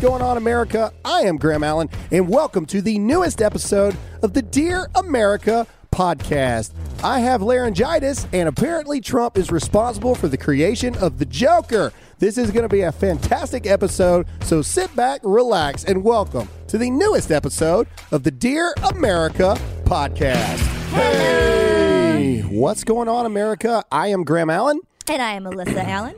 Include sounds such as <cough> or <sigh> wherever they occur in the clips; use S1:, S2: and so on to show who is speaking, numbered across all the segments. S1: going on, America? I am Graham Allen, and welcome to the newest episode of the Dear America podcast. I have laryngitis, and apparently, Trump is responsible for the creation of the Joker. This is going to be a fantastic episode, so sit back, relax, and welcome to the newest episode of the Dear America podcast. Hey! What's going on, America? I am Graham Allen.
S2: And I am <coughs> Alyssa Allen.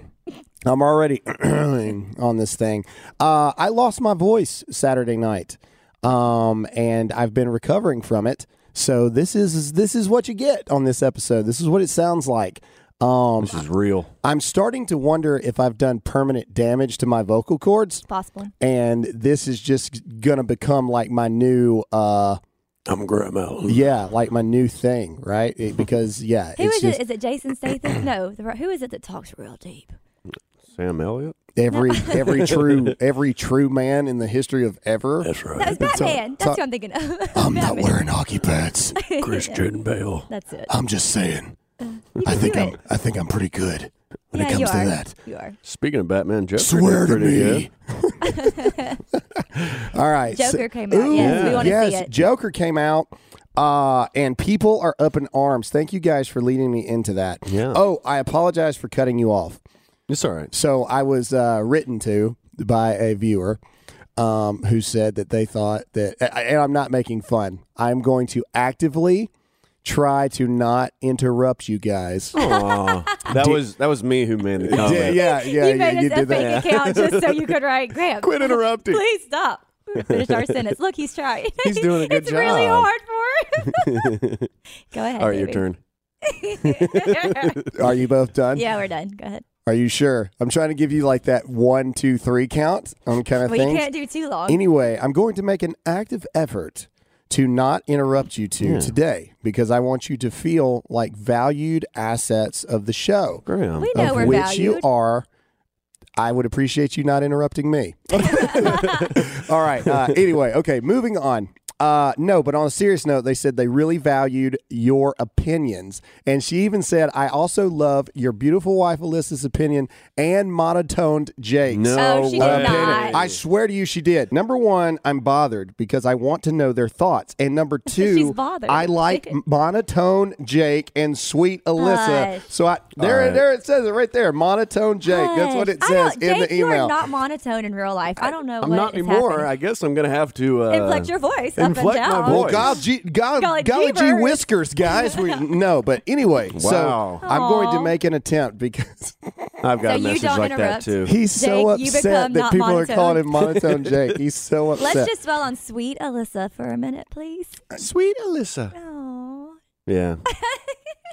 S1: I'm already <clears throat> on this thing. Uh, I lost my voice Saturday night, um, and I've been recovering from it. So this is this is what you get on this episode. This is what it sounds like. Um,
S3: This is real.
S1: I'm starting to wonder if I've done permanent damage to my vocal cords,
S2: Possibly.
S1: and this is just gonna become like my new, uh,
S3: I'm Graham Allen.
S1: yeah, like my new thing, right? It- because yeah,
S2: Who
S1: it's
S2: is
S1: just
S2: it? Is it Jason <coughs> Statham? no. The, who is it that talks real deep?
S3: Sam Elliott.
S1: every every true every true man in the history of ever.
S3: That's right.
S2: That was Batman. That's
S1: talk-
S2: who I'm thinking of. Um,
S1: I'm not
S2: Batman.
S1: wearing hockey
S2: <laughs>
S1: pads.
S3: Christian Bale.
S2: That's it.
S1: I'm just saying.
S2: You
S1: I
S2: can
S1: think
S2: do
S1: I'm
S2: it.
S1: I think I'm pretty good when
S2: yeah,
S1: it
S2: you
S1: comes
S2: are.
S1: to that.
S2: You are.
S3: Speaking of Batman, Joker
S1: Swear
S3: did
S1: to
S3: pretty
S1: me.
S3: good.
S1: <laughs> All right. so-
S2: Joker came out. yes, we
S3: yeah.
S2: want to
S1: yes,
S2: see it.
S1: Joker came out. Uh, and people are up in arms. Thank you guys for leading me into that.
S3: Yeah.
S1: Oh, I apologize for cutting you off.
S3: It's all <laughs> right.
S1: So I was uh, written to by a viewer um, who said that they thought that, a- and I'm not making fun. I'm going to actively try to not interrupt you guys.
S3: that was that was me who made the
S1: yeah,
S2: <laughs>
S3: comment.
S1: yeah, yeah.
S2: Oh, you made
S1: you
S2: us a
S1: did
S2: fake
S1: that.
S2: account just so you could write Graham. <laughs>
S3: Quit interrupting.
S2: Please stop. We finished our sentence. Look, he's trying.
S3: He's doing
S2: <laughs>
S3: a good
S2: it's really
S3: job.
S2: hard for him. Go ahead.
S3: All right, your
S2: baby.
S3: turn.
S1: Are you both done?
S2: <laughs> yeah, we're done. Go ahead.
S1: Are you sure? I'm trying to give you like that one, two, three count on kind of
S2: Well, you
S1: things.
S2: can't do too long.
S1: Anyway, I'm going to make an active effort to not interrupt you
S2: Hmm.
S1: two today because I want you to feel like valued assets of the show.
S3: Graham.
S2: We know
S1: of
S2: we're
S1: which
S2: valued.
S1: you are. I would appreciate you not interrupting me. <laughs> All right. Uh, anyway, okay, moving on. Uh, no, but on a serious note, they said they really valued your opinions. And she even said, I also love your beautiful wife Alyssa's opinion and monotoned Jake's.
S3: No
S2: Oh, she did
S3: way.
S2: not.
S1: I swear to you, she did. Number one, I'm bothered because I want to know their thoughts. And number
S2: <laughs> She's
S1: two,
S2: bothered.
S1: I like monotone Jake and sweet Alyssa.
S2: Hush.
S1: So I there,
S3: All right.
S1: there it says it right there, monotone Jake. That's what it
S2: Gosh, I
S1: says
S2: don't-
S1: in
S2: Jake,
S1: the
S2: You
S1: email.
S2: are not monotone in real life. I don't know.
S3: I'm
S2: what
S3: not
S2: is
S3: anymore.
S2: happening.
S3: I guess I'm gonna have to uh,
S2: Inflect your voice up and
S3: Inflect my
S2: down.
S3: voice.
S1: well, golly, gee- golly,
S2: Golly
S1: golly gee
S2: jeebers.
S1: whiskers, guys.
S2: <laughs>
S1: We, no, but anyway, so
S3: Wow.
S1: I'm going to
S2: Aw.
S1: make an attempt because <laughs>
S3: I've got
S2: So
S3: a
S2: you
S3: message
S2: don't
S3: like
S2: interrupt.
S3: that too.
S1: he's so
S2: Jake, you
S1: upset
S2: become
S1: that
S2: not
S1: people are
S2: monotone.
S1: calling him
S2: <laughs>
S1: monotone Jake. He's so upset.
S2: Let's just dwell on sweet Alyssa for a minute, please.
S3: Sweet Alyssa.
S2: Aw. <laughs>
S3: Yeah.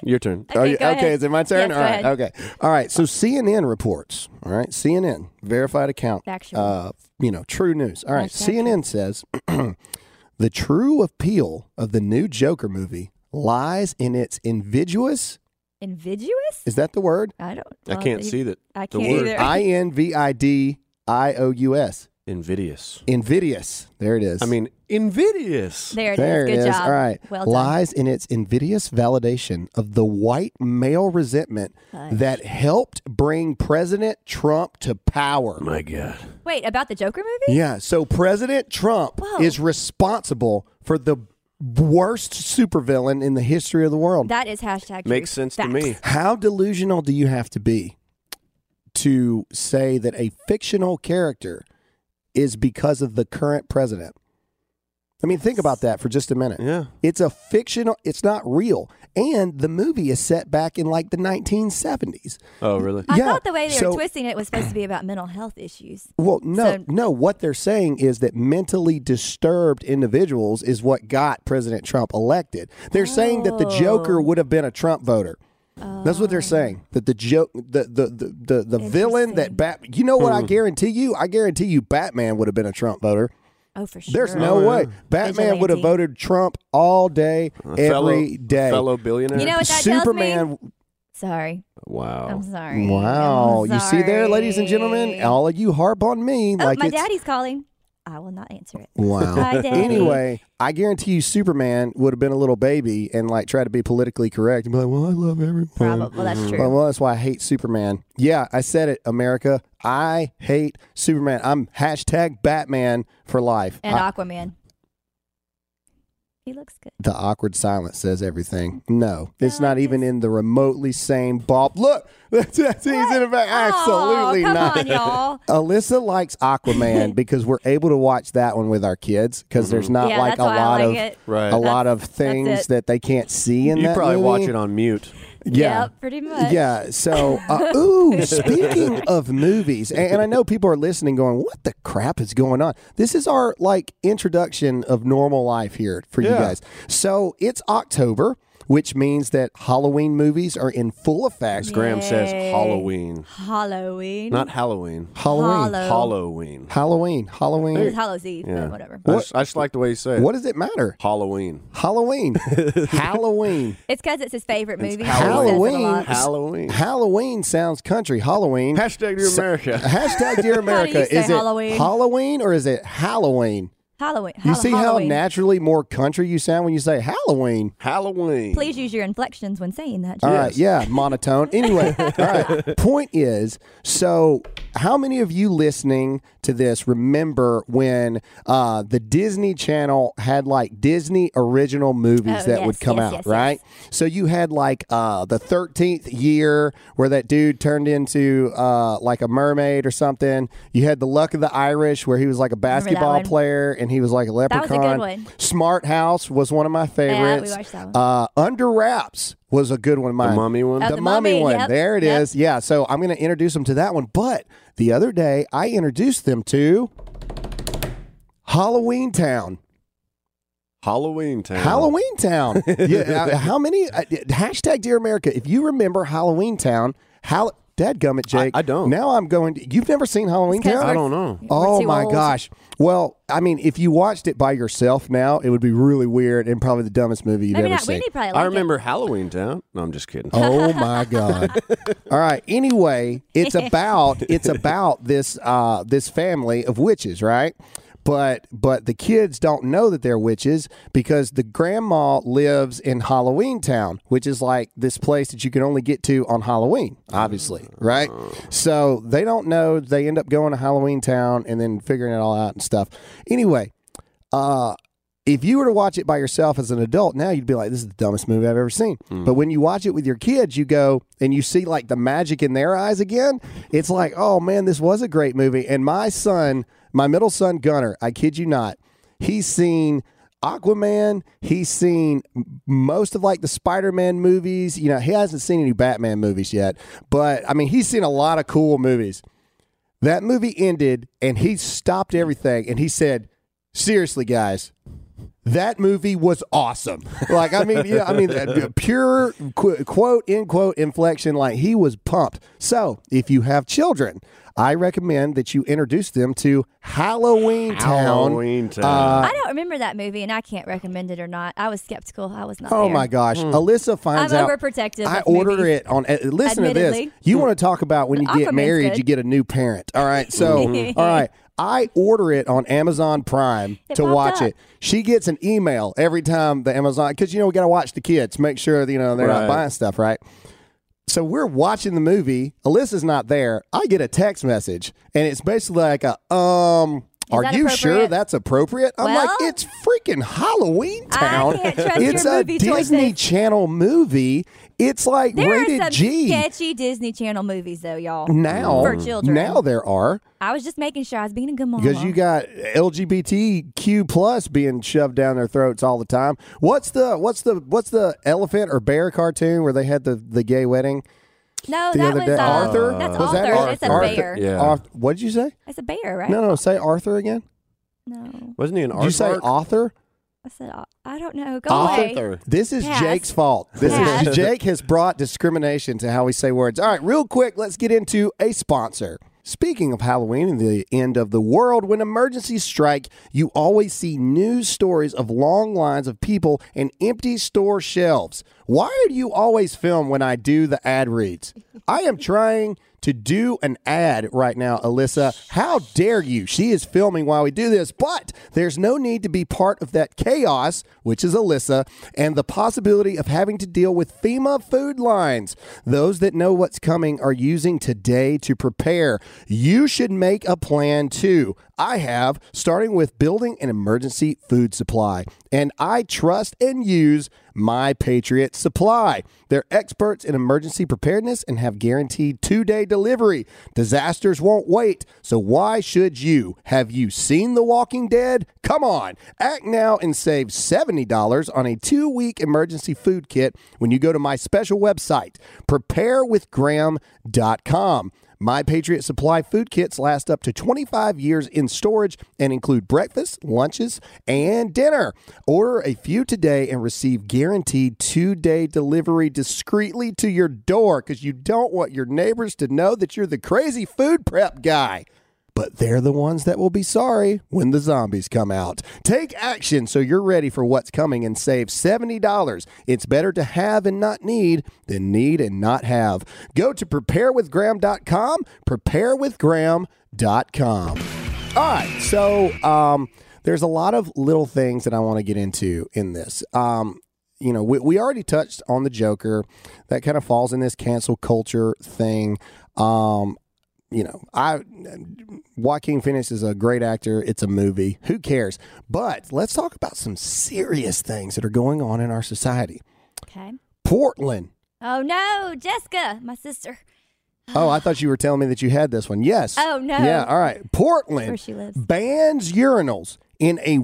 S3: your turn.
S1: Are
S2: Okay,
S1: you-
S2: go ahead.
S1: Oh, is it my turn?
S2: Yes, go
S1: all right,
S2: ahead.
S1: okay, all right. So CNN reports. All right, CNN verified account.
S2: Factual.
S1: Uh, you know, true news. All right,
S2: Hashtag true.
S1: CNN says <clears throat> the true appeal of the new Joker movie lies in its invidious.
S2: Invidious?
S1: Is that the word?
S2: I don't.
S3: I
S2: well,
S3: can't
S2: you-
S3: see that.
S2: I
S3: the
S2: can't
S3: word.
S2: either.
S1: I n v i d i o u s.
S3: Invidious.
S1: Invidious. There it is.
S3: I mean, invidious.
S2: There it is.
S1: There
S2: Good
S1: it is.
S2: job.
S1: All right.
S2: Well done.
S1: Lies in its invidious validation of the white male resentment that helped bring President Trump to power.
S3: My God.
S2: Wait, about the Joker movie?
S1: Yeah. So President Trump
S2: Whoa.
S1: is responsible for the worst supervillain in the history of the world.
S2: That is hashtag.
S3: Makes
S2: truth.
S3: sense to me.
S2: Facts.
S1: How delusional do you have to be to say that a fictional character is because of the current president? I mean, think about that for just a minute.
S3: Yeah.
S1: It's a fictional, it's not real. And the movie is set back in like the 1970s.
S3: Oh, really?
S2: I
S1: Yeah,
S2: thought the way they
S1: so-
S2: were twisting it was supposed to be about mental health issues.
S1: Well, no,
S2: So-
S1: no. What they're saying is that mentally disturbed individuals is what got President Trump elected. They're saying that the
S2: Oh.
S1: Joker would have been a Trump voter. That's what they're saying. That the joke, the the the the, the villain that
S2: Interesting.
S1: Bat, you know what?
S3: Hmm.
S1: I guarantee you, I guarantee you, Batman would have been a Trump voter.
S2: Oh, for sure.
S1: There's no way Batman would have
S2: Vigilante.
S1: voted Trump all day, every day.
S3: fellow, Fellow billionaire.
S2: You know what that tells me?
S1: Superman.
S2: Sorry.
S3: wow.
S2: I'm sorry.
S1: Wow,
S2: I'm
S1: you see there, ladies and
S2: sorry.
S1: gentlemen, all of you harp on me <laughs>
S2: Oh,
S1: like
S2: my
S1: it's
S2: daddy's calling. I will not answer it.
S1: Wow.
S2: Hi, Daddy.
S1: Anyway, I guarantee you Superman would have been a little baby and like tried to be politically correct and be like, well, I love everyone.
S2: Probably. Well, that's
S1: Mm-hmm. Well,
S2: true.
S1: well, that's why I hate Superman. Yeah, I said it, America. I hate Superman. I'm hashtag Batman for life.
S2: And
S1: I-
S2: Aquaman. He looks good.
S1: the awkward silence says everything. No, it's
S2: No,
S1: not
S2: it
S1: even in the remotely same ball. Look, <laughs> that's, that's he's in the back. Absolutely
S2: Aw, come
S1: not.
S2: on, y'all.
S1: Alyssa likes
S2: <laughs>
S1: Aquaman because we're able to watch that one with our kids because there's not
S2: Mm-hmm. yeah,
S1: like
S2: that's
S1: a
S2: why
S1: lot
S2: I
S1: of
S2: like it.
S3: Right.
S1: a lot of
S2: that's
S1: things
S2: it.
S1: that they can't see in
S3: you
S1: that
S3: probably
S1: movie.
S3: watch it on mute.
S1: <laughs> Yeah.
S2: Yep, pretty much.
S1: Yeah. So,
S2: <laughs>
S1: uh, ooh, speaking of movies, and, and I know people are listening going, what the crap is going on? This is our like introduction of normal life here for you
S3: Yeah.
S1: guys. So, it's October, which means that Halloween movies are in full effect.
S3: As Graham says,
S2: Yay.
S3: Halloween,
S2: Halloween.
S3: not Halloween.
S1: Halloween.
S2: Hollow.
S3: Halloween.
S1: Halloween.
S2: It
S1: Halloween.
S2: was Hollow's Eve,
S3: Yeah.
S2: but whatever.
S3: I just, I just like the way you say it.
S1: What does it matter?
S3: Halloween.
S1: Halloween. Halloween.
S2: It's because it's his favorite movie. so he says it a
S1: Halloween.
S2: lot.
S3: Halloween.
S1: Halloween sounds country. Halloween.
S3: Hashtag Dear America.
S1: Hashtag
S2: <laughs>
S1: Dear America.
S2: say
S1: is it
S2: Halloween?
S1: Halloween or is it Halloween?
S2: Halloween.
S1: You
S2: Hall-
S1: see
S2: Halloween.
S1: how naturally more country you sound when you say Halloween.
S3: Halloween.
S2: Please use your inflections when saying that.
S1: All
S2: Jim.
S1: right, yeah, monotone.
S2: <laughs>
S1: Anyway, all right. Point is, so how many of you listening to this remember when uh, the Disney Channel had like Disney original movies
S2: Oh,
S1: that
S2: yes,
S1: would come
S2: yes,
S1: out,
S2: yes,
S1: right? So you had like uh, the thirteenth year where that dude turned into uh, like a mermaid or something. You had the Luck of the Irish where he was like a
S2: that
S1: basketball
S2: one.
S1: player and he was like a
S2: That was a
S1: leprechaun.
S2: good one.
S1: Smart House was one of my favorites.
S2: watched that one.
S1: Uh, Under Wraps was a good one. of
S3: The
S1: Mine.
S3: mummy one.
S2: Oh,
S1: the,
S2: the
S1: mummy,
S2: mummy,
S1: one.
S2: yep,
S1: There it is.
S2: yep.
S1: Yeah. So I'm going to introduce them to that one. But the other day, I introduced them to Halloween Town.
S3: Halloween town.
S1: Halloween Town.
S3: <laughs>
S1: yeah. uh, How many? Uh, hashtag Dear America. If you remember Halloween Town, how. Dadgummit, Jake.
S3: I don't.
S1: Now I'm going. To, you've never seen Halloween
S2: It's 'cause
S1: Town?
S3: I don't know.
S2: We're
S1: Oh
S2: too
S1: my
S2: old.
S1: gosh. Well, I mean, if you watched it by yourself now, it would be really weird and probably the dumbest movie you've
S2: Maybe
S1: ever
S2: not.
S1: seen.
S2: Whitney probably liked
S3: I
S2: it.
S3: remember Halloween town. No, I'm just kidding.
S1: Oh my god! All right. Anyway, it's about it's about this uh, this family of witches, right? But but the kids don't know that they're witches because the grandma lives in Halloween Town, which is like this place that you can only get to on Halloween, obviously, right? So they don't know. They end up going to Halloween Town and then figuring it all out and stuff. Anyway, uh, if you were to watch it by yourself as an adult now, you'd be like, this is the dumbest movie I've ever seen. But when you watch it with your kids, you go and you see like the magic in their eyes again. It's like, oh man, this was a great movie. And my son, my middle son, Gunner, I kid you not, he's seen Aquaman. He's seen m- most of like the Spider Man movies. You know, he hasn't seen any Batman movies yet, but I mean, he's seen a lot of cool movies. That movie ended and he stopped everything and he said, Seriously, guys, that movie was awesome. <laughs> Like, I mean, yeah, I mean, uh, pure qu- quote, end quote inflection. Like, he was pumped. So, if you have children, I recommend that you introduce them to Halloween Town.
S3: Halloween town.
S1: uh,
S2: I don't remember that movie, and I can't recommend it or not. I was skeptical. I was not.
S1: Oh
S2: there.
S1: my gosh, Alyssa finds
S2: I'm
S1: out.
S2: overprotective
S1: I
S2: of
S1: order
S2: movies.
S1: it on. Uh, listen to this.
S2: Admittedly.
S1: You want to talk about when you get
S2: Aquaman's
S1: married,
S2: good.
S1: you get a new parent. All right,
S2: <laughs>
S1: so all right. I order it on Amazon Prime
S2: It
S1: to
S2: popped
S1: watch
S2: up.
S1: it. She gets an email every time the Amazon because you know we got to watch the kids, make sure that, you know they're not
S3: Right.
S1: buying stuff, right? So we're watching the movie. Alyssa's not there. I get a text message, and it's basically like a um.
S2: Is
S1: Are
S2: that
S1: you sure
S2: appropriate?
S1: that's appropriate? I'm like,
S2: Well-
S1: it's freaking Halloween Town.
S2: can't trust
S1: it's
S2: your
S1: a
S2: movie
S1: Disney
S2: choices.
S1: Channel movie. It's like
S2: There
S1: rated
S2: are some
S1: G.
S2: sketchy Disney Channel movies, though, y'all.
S1: now,
S2: for children. Uh-huh.
S1: now there are
S2: I was just making sure I was being a good mom.
S1: because you got LGBTQ plus being shoved down their throats all the time. What's the what's the what's the elephant or bear cartoon where they had the the gay wedding?
S2: no,
S1: the
S2: that
S1: other
S2: was
S1: day.
S2: uh,
S1: Arthur?
S2: That's
S1: Was that
S2: Arthur.
S1: Arthur?
S2: It's a
S3: Arthur.
S2: bear.
S3: Yeah.
S1: Arth- what did you say?
S2: It's a bear, right?
S1: No, no, say Arthur again.
S2: No.
S3: Wasn't he an
S1: Did you say
S3: aardvark?
S1: author?
S2: I said uh, I don't know. Go away.
S3: Author.
S1: This is
S2: Pass.
S1: Jake's fault. This is <laughs>
S2: Pass.
S1: Jake has brought discrimination to how we say words. All right, real quick, let's get into a sponsor. Speaking of Halloween and the end of the world, when emergencies strike, you always see news stories of long lines of people and empty store shelves. Why do you always film when I do the ad reads? I am trying to do an ad right now, Alyssa. How dare you? She is filming while we do this, but there's no need to be part of that chaos, which is Alyssa, and the possibility of having to deal with FEMA food lines. Those that know what's coming are using today to prepare. You should make a plan too. I have, starting with building an emergency food supply. And I trust and use My Patriot Supply. They're experts in emergency preparedness and have guaranteed two day delivery. Disasters won't wait, so why should you? Have you seen The Walking Dead? Come on, act now and save $70 on a two week emergency food kit when you go to my special website, preparewithgraham.com. My Patriot Supply food kits last up to 25 years in storage and include breakfast, lunches, and dinner. Order a few today and receive guaranteed two day delivery discreetly to your door because you don't want your neighbors to know that you're the crazy food prep guy. But they're the ones that will be sorry when the zombies come out. Take action so you're ready for what's coming and save $70. It's better to have and not need than need and not have. Go to preparewithgraham.com, preparewithgraham.com. All right, so um, there's a lot of little things that I want to get into in this. Um, you know, we, we already touched on the Joker. That kind of falls in this cancel culture thing. Um, you know, I Joaquin Phoenix is a great actor. It's a movie. Who cares? But let's talk about some serious things that are going on in our society.
S2: Okay.
S1: Portland.
S2: Oh no, Jessica, my sister,
S1: Oh, I thought you were telling me that you had this one. Yes.
S2: Oh, no.
S1: Yeah. All right.
S2: where
S1: Portland
S2: she lives.
S1: bans urinals in a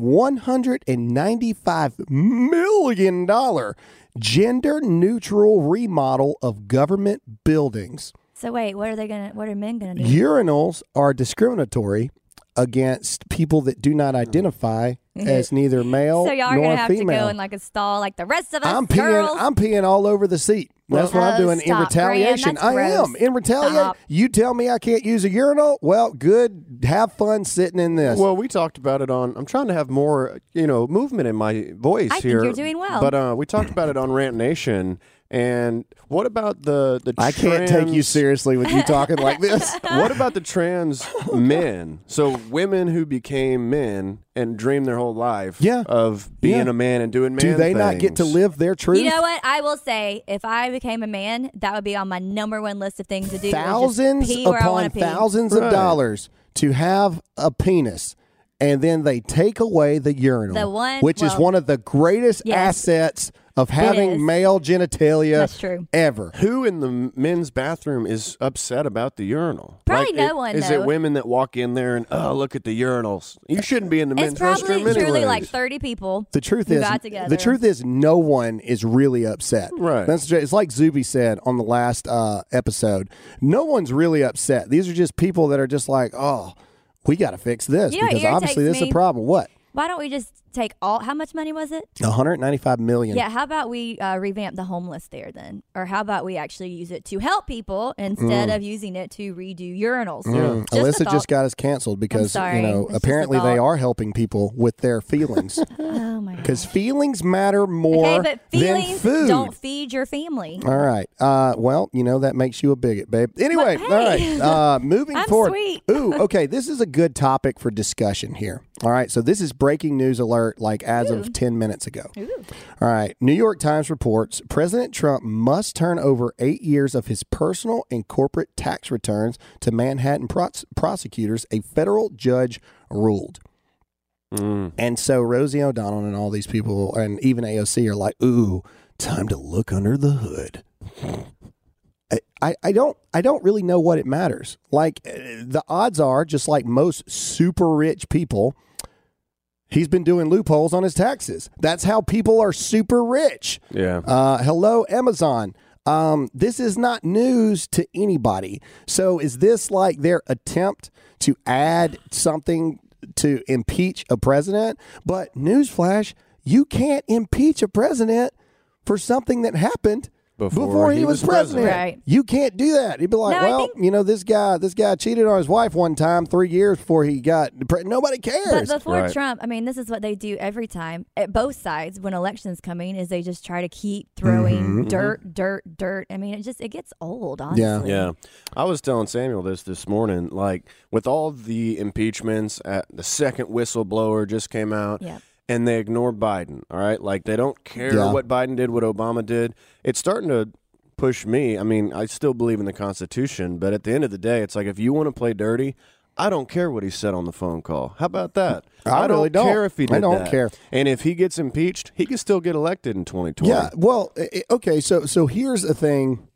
S1: $195 million gender neutral remodel of government buildings.
S2: So wait, what are they gonna? What are men gonna do?
S1: Urinals are discriminatory against people that do not identify as neither male
S2: Mm. Mm-hmm. so y'all are
S1: nor
S2: gonna have
S1: female.
S2: to go in like a stall, like the rest of us
S1: I'm
S2: girls.
S1: peeing. I'm peeing all over the seat. That's what I'm
S2: Oh,
S1: doing in
S2: stop, Graham.
S1: retaliation.
S2: That's
S1: I
S2: gross.
S1: am in retaliation.
S2: Stop.
S1: You tell me I can't use a urinal. Well, good. Have fun sitting in this.
S3: Well, we talked about it on. I'm trying to have more, you know, movement in my voice
S2: I think
S3: here.
S2: you're doing well.
S3: But uh, we talked about it on Rant Nation. And what about the the?
S1: I can't take you
S3: trans-
S1: seriously with you talking like
S3: <laughs>
S1: this.
S3: what about the trans men? So women who became men and dreamed their whole life
S1: Yeah.
S3: of being
S1: Yeah.
S3: a man and doing man.
S1: Do they not get to
S3: things.
S1: live their truth?
S2: you know what? I will say, if I became a man, that would be on my number one list of things to do. was just
S1: thousands
S2: pee where I
S1: upon
S2: wanna pee.
S1: thousands of
S3: Right.
S1: dollars to have a penis. And then they take away the urinal,
S2: The one-
S1: which is
S2: well,
S1: one of the greatest
S2: yes.
S1: assets of having
S2: is.
S1: male genitalia
S2: That's true.
S1: ever.
S3: Who in the men's bathroom is upset about the urinal?
S2: Probably no
S3: it-
S2: one,
S3: Is
S2: though.
S3: it women that walk in there and oh look at the urinals? You shouldn't be in the
S2: It's
S3: men's
S2: probably
S3: restroom
S2: truly
S3: anyways.
S2: like thirty people.
S1: The truth
S2: who
S1: is,
S2: got together.
S1: the truth is, no one is really upset.
S3: Right.
S1: That's ju- it's like Zuby said on the last uh, episode. No one's really upset. These are just people that are just like, oh, we got to fix this
S2: You know what
S1: because obviously
S2: irritates
S1: this is a
S2: me?
S1: problem. What?
S2: Why don't we just take all? How much money was it?
S1: 195 million.
S2: Yeah, how about we uh, revamp the homeless there then? Or how about we actually use it to help people instead of using it to redo urinals?
S1: Mm.
S2: Just a
S1: Alyssa
S2: thought.
S1: just got us canceled because you
S2: sorry.
S1: know
S2: It's just a
S1: apparently they
S2: thought.
S1: are helping people with their
S2: <laughs>
S1: feelings
S2: Oh my god.
S1: because feelings matter more
S2: Okay, but
S1: than
S2: feelings
S1: food.
S2: don't feed your family.
S1: all right. Uh, well, you know that makes you a bigot, babe. Anyway,
S2: But
S1: all
S2: hey.
S1: right.
S2: <laughs>
S1: Uh, moving
S2: I'm
S1: forward.
S2: sweet.
S1: Ooh, okay. This is a good topic for discussion here. All right. So this is breaking news alert, like as of ten minutes ago.
S2: Ooh.
S1: All right. New York Times reports President Trump must turn over eight years of his personal and corporate tax returns to Manhattan pros- prosecutors, a federal judge ruled. And so Rosie O'Donnell and all these people, and even AOC, are like, ooh, time to look under the hood. I- I, I don't I don't really know what it matters. Like uh, the odds are, just like most super rich people, he's been doing loopholes on his taxes. That's how people are super rich.
S3: Yeah.
S1: Uh, hello, Amazon. Um, this is not news to anybody. So, is this like their attempt to add something to impeach a president? But, newsflash, you can't impeach a president for something that happened
S3: before,
S1: before he, was, president.
S2: Right.
S1: You can't do that. He'd be like,
S2: No, I
S1: well,
S2: think-
S1: you know, this guy, this guy cheated on his wife one time, three years before he got. Pre- Nobody
S2: But
S1: cares.
S2: before
S3: Right.
S2: Trump, I mean, this is what they do every time at both sides when elections coming is they just try to keep throwing dirt, dirt, dirt. I mean, it just it gets old, honestly.
S1: Mm-hmm. Yeah.
S3: Yeah. I was telling Samuel this this morning. Like, with all the impeachments, at the second whistleblower just came out.
S2: Yep.
S3: And they ignore Biden. All right. Like, they don't care
S1: Yeah.
S3: what Biden did, what Obama did. It's starting to push me. I mean, I still believe in the Constitution, but at the end of the day, it's like if you want to play dirty, I don't care what he said on the phone call. How about that?
S1: I
S3: don't
S1: really don't.
S3: care if he
S1: I
S3: did
S1: don't
S3: that.
S1: care.
S3: And if he gets impeached, he can still get elected in 2020.
S1: Yeah. Well, i- i- okay. So so here's the thing.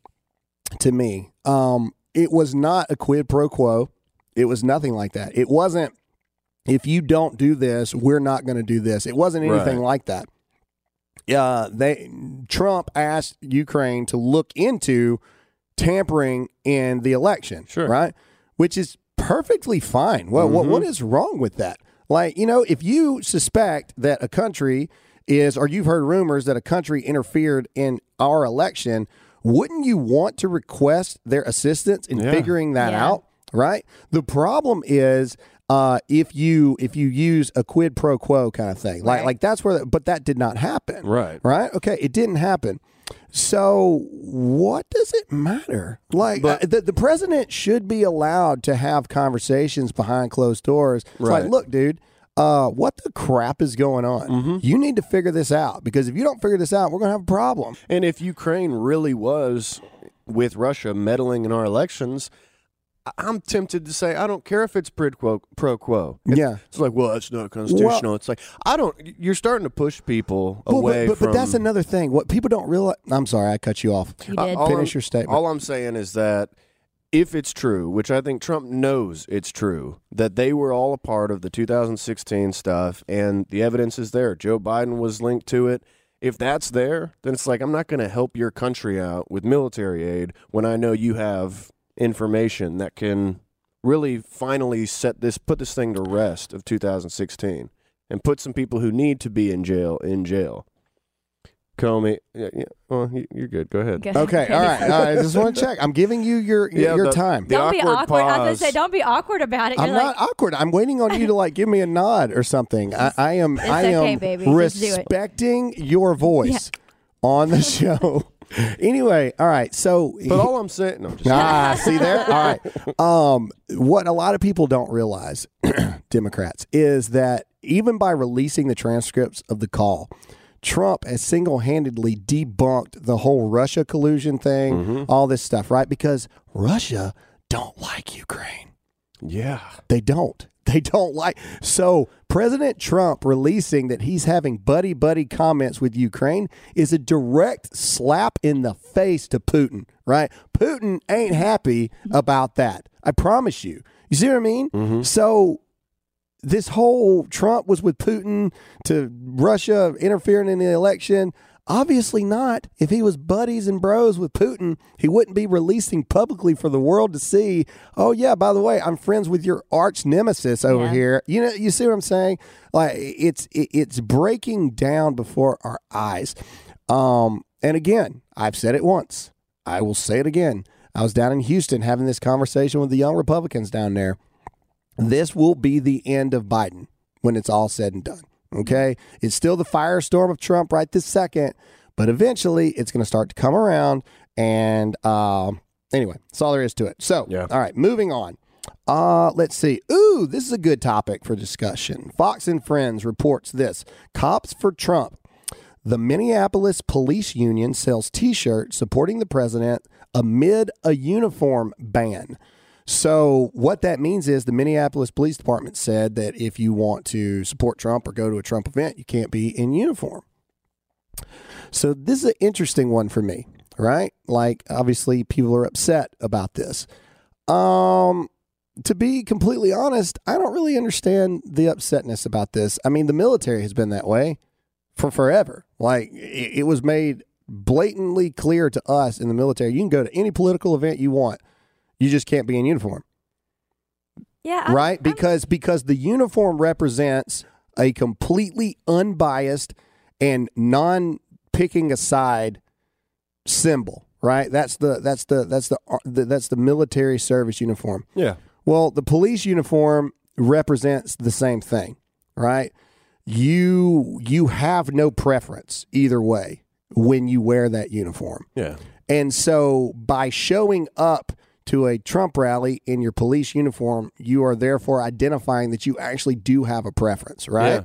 S1: To me, um, it was not a quid pro quo. It was nothing like that. It wasn't. If you don't do this, we're not going to do this. It wasn't anything
S3: Right.
S1: like that. Yeah. They Trump asked Ukraine to look into tampering in the election.
S3: Sure.
S1: Right. Which is perfectly fine. Well, what
S3: Mm-hmm.
S1: what is wrong with that? Like, you know, if you suspect that a country is or you've heard rumors that a country interfered in our election, wouldn't you want to request their assistance in
S3: Yeah.
S1: figuring that
S2: Yeah.
S1: out? Right? The problem is uh, if you if you use a quid pro quo kind of thing. Like
S2: Right.
S1: like that's where but that did not happen.
S3: Right.
S1: Right? Okay, it didn't happen. So what does it matter? Like
S3: But-
S1: uh, the, the president should be allowed to have conversations behind closed doors. It's like,
S3: Right.
S1: look, dude, uh, what the crap is going on?
S3: Mm-hmm.
S1: You need to figure this out because if you don't figure this out, we're gonna have a problem.
S3: And if Ukraine really was with Russia meddling in our elections, I- I'm tempted to say I don't care if it's pro quo. Pro quo. It-
S1: Yeah.
S3: It's like, well, that's not constitutional. it's like I don't. You're starting to push people
S1: Well,
S3: away
S1: but, but,
S3: from.
S1: but that's another thing. What people don't realize. I'm sorry, I cut you off. Uh,
S2: You
S3: I-
S2: did.
S3: all
S1: Finish
S3: I'm-
S1: your statement.
S2: <laughs>
S3: All I'm saying is that if it's true, which I think Trump knows it's true, that they were all a part of the 2016 stuff, and the evidence is there. Joe Biden was linked to it. If that's there, then it's like I'm not going to help your country out with military aid when I know you have information that can really finally set this, put this thing to rest of 2016, and put some people who need to be in jail in jail. Comey, yeah, yeah, well, you- you're good. Go ahead.
S2: <laughs> Go ahead.
S1: Okay, all right, all right. I just want to check. I'm giving you your
S3: Yeah,
S1: your
S3: the-
S1: time.
S3: the
S2: Don't be
S3: awkward
S2: awkward. I was gonna
S3: pause.
S2: say, don't be awkward about it. You're
S1: I'm
S2: like,
S1: not awkward. I'm waiting on you to like give me a nod or something. I, I am.
S2: It's
S1: I
S2: okay,
S1: am
S2: baby. Just do it.
S1: respecting your voice on the
S2: <laughs>
S1: show. anyway, all right. So,
S3: But all I'm saying, no, I'm just
S1: <laughs> ah, see there. All right. Um, what a lot of people don't realize, <clears throat> Democrats, is that even by releasing the transcripts of the call. Trump has single handedly debunked the whole Russia collusion thing,
S3: Mm-hmm.
S1: all this stuff, right? Because Russia don't like Ukraine.
S3: yeah,
S1: They don't. <laughs> They don't like. So, President Trump releasing that he's having buddy buddy comments with Ukraine is a direct slap in the face to Putin, right? Putin ain't happy about that. I promise you. You see what I mean? So, this whole Trump was with Putin to Russia interfering in the election. Obviously not. If he was buddies and bros with Putin, he wouldn't be releasing publicly for the world to see. Oh yeah, by the way, I'm friends with your arch nemesis over
S2: Yeah.
S1: here. You know, you see what I'm saying? Like it's it- it's breaking down before our eyes. Um, and again, I've said it once. I will say it again. I was down in Houston having this conversation with the young Republicans down there this will be the end of Biden when it's all said and done. Okay. It's still the firestorm of Trump right this second, but eventually it's going to start to come around. And um, anyway, that's all there is to it. So,
S3: Yeah.
S1: all right, moving on. Uh, let's see. Ooh, this is a good topic for discussion. Fox and Friends reports this Cops for Trump. The Minneapolis Police Union sells t shirts supporting the president amid a uniform ban. So, what that means is the Minneapolis Police Department said that if you want to support Trump or go to a Trump event, you can't be in uniform. So, this is an interesting one for me, right? Like, obviously, people are upset about this. Um, to be completely honest, I don't really understand the upsetness about this. I mean, the military has been that way for forever. Like it, it was made blatantly clear to us in the military. You can go to any political event you want. You just can't be in uniform,
S2: yeah, I'm-
S1: right?
S2: I'm-
S1: Because because the uniform represents a completely unbiased and non picking a side symbol, right? That's the that's the that's the ar- the- that's the military service uniform.
S3: Yeah.
S1: Well, the police uniform represents the same thing, right? You you have no preference either way when you wear that uniform.
S3: Yeah.
S1: And so by showing up to a Trump rally in your police uniform, you are therefore identifying that you actually do have a preference, right?
S3: Yeah.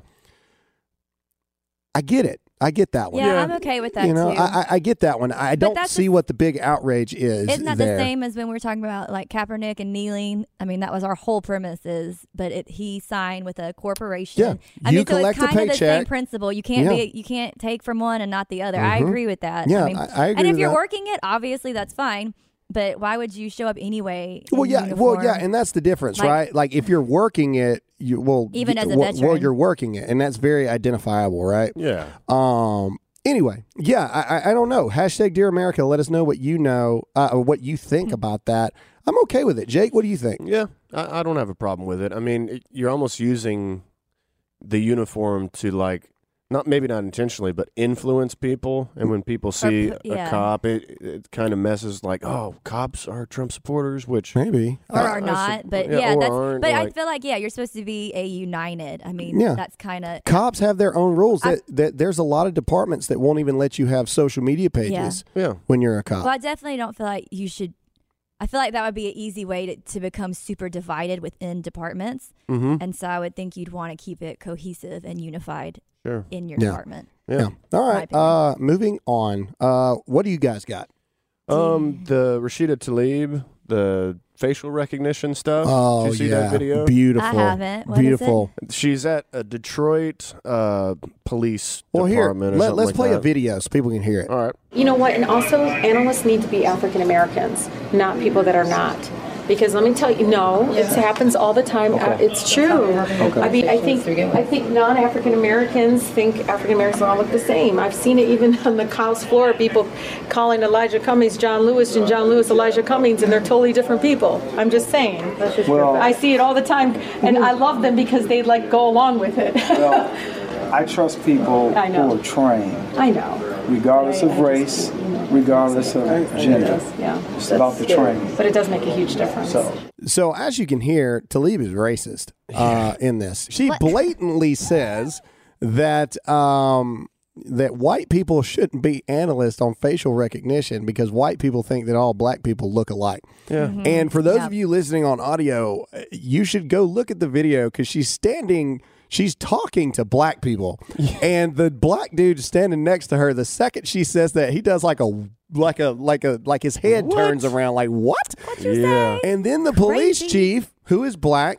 S1: I get it. I get that one.
S2: Yeah,
S3: Yeah.
S2: I'm okay with that
S1: you know,
S2: too.
S1: I, I- I get that one. I don't
S2: that's
S1: see what the big outrage is.
S2: Isn't that
S1: there.
S2: the same as when we were talking about like Kaepernick and kneeling? I mean, that was our whole premise is, but it, he signed with a corporation.
S1: Yeah.
S2: I
S1: You
S2: mean,
S1: collect a
S2: so it's kind of the same
S1: paycheck.
S2: principle. You can't
S1: Yeah.
S2: be, you can't take from one and not the other. I
S1: Mhm.
S2: agree with that.
S1: Yeah,
S2: I mean,
S1: I- I agree
S2: And if
S1: with
S2: you're
S1: that.
S2: working it, obviously that's fine. But why would you show up anyway? in
S1: Well, yeah, well, yeah,
S2: uniform?
S1: and that's the difference,
S2: Like-
S1: right? Like if you're working it, you well,
S2: Even
S1: you-
S2: as a
S1: well, well,
S2: veteran.
S1: you're working it, and that's very identifiable, right?
S3: Yeah.
S1: Um. Anyway, yeah, I, I- I don't know. Hashtag Dear America. Let us know what you know, uh, or what you
S2: Hmm.
S1: think about that. I'm okay with it, Jake. What do you think?
S3: Yeah. I, I don't have a problem with it. I mean, it, you're almost using the uniform to like not maybe not intentionally, but influence people. And when people see
S2: pu- yeah.
S3: a cop, it, it kind of messes like, oh, cops are Trump supporters, which
S1: Maybe.
S2: or
S1: Uh,
S2: are
S3: I
S2: not,
S3: sup-
S2: but
S3: yeah,
S2: yeah,
S3: or
S2: that's.
S3: aren't,
S2: but
S3: or
S2: I
S3: like-
S2: feel like yeah, you're supposed to be a united. I mean,
S1: Yeah.
S2: that's kind of
S1: cops have their own rules.
S2: I-
S1: That, that there's a lot of departments that won't even let you have social media pages
S3: yeah.
S1: when you're a cop.
S2: Well, I definitely don't feel like you should. I feel like that would be an easy way to, to become super divided within departments.
S3: Mm-hmm.
S2: And so I would think you'd want to keep it cohesive and unified
S3: Sure.
S2: in your
S1: Yeah.
S2: department.
S3: Yeah.
S1: All
S2: my
S1: right.
S2: opinion.
S1: Uh, moving on. Uh, what do you guys got?
S3: Um, the Rashida Tlaib, the facial recognition stuff.
S1: Oh
S3: Did you see
S1: yeah,
S3: that video?
S1: beautiful.
S2: I haven't. What is it?
S1: beautiful.
S3: She's at a Detroit uh, police
S1: Well, here
S3: department. or
S1: let,
S3: something
S1: us
S3: like
S1: play a
S3: that.
S1: video so people can hear it.
S3: All right.
S4: You know what? And also, analysts need to be African Americans, not people that are not. Because let me tell you, no, it happens all the time. Uh, It's true. I mean, I think I think non-African Americans think African Americans all look the same. I've seen it even <laughs> on the House floor. People calling Elijah Cummings John Lewis and John Lewis Elijah Cummings, and they're totally different people. I'm just saying. I see it all the time, and I love them because they like go along with it.
S5: I trust people
S4: I know.
S5: who are trained,
S4: <laughs> I know.
S5: regardless of race, regardless of gender.
S4: Yeah.
S5: It's about the training.
S4: But it does make a huge difference.
S5: So
S1: So, as you can hear, Talib is racist uh, in this. She blatantly says that um, that white people shouldn't be analysts on facial recognition because white people think that all black people look alike.
S3: Yeah.
S1: And for those
S2: Yeah.
S1: of you listening on audio, uh, you should go look at the video because she's standing. She's talking to black people, and the black dude standing next to her. The second she says that, he does like a like a like a like his head turns around, like what?
S3: yeah.
S1: And then the police
S2: Crazy.
S1: chief, who is black,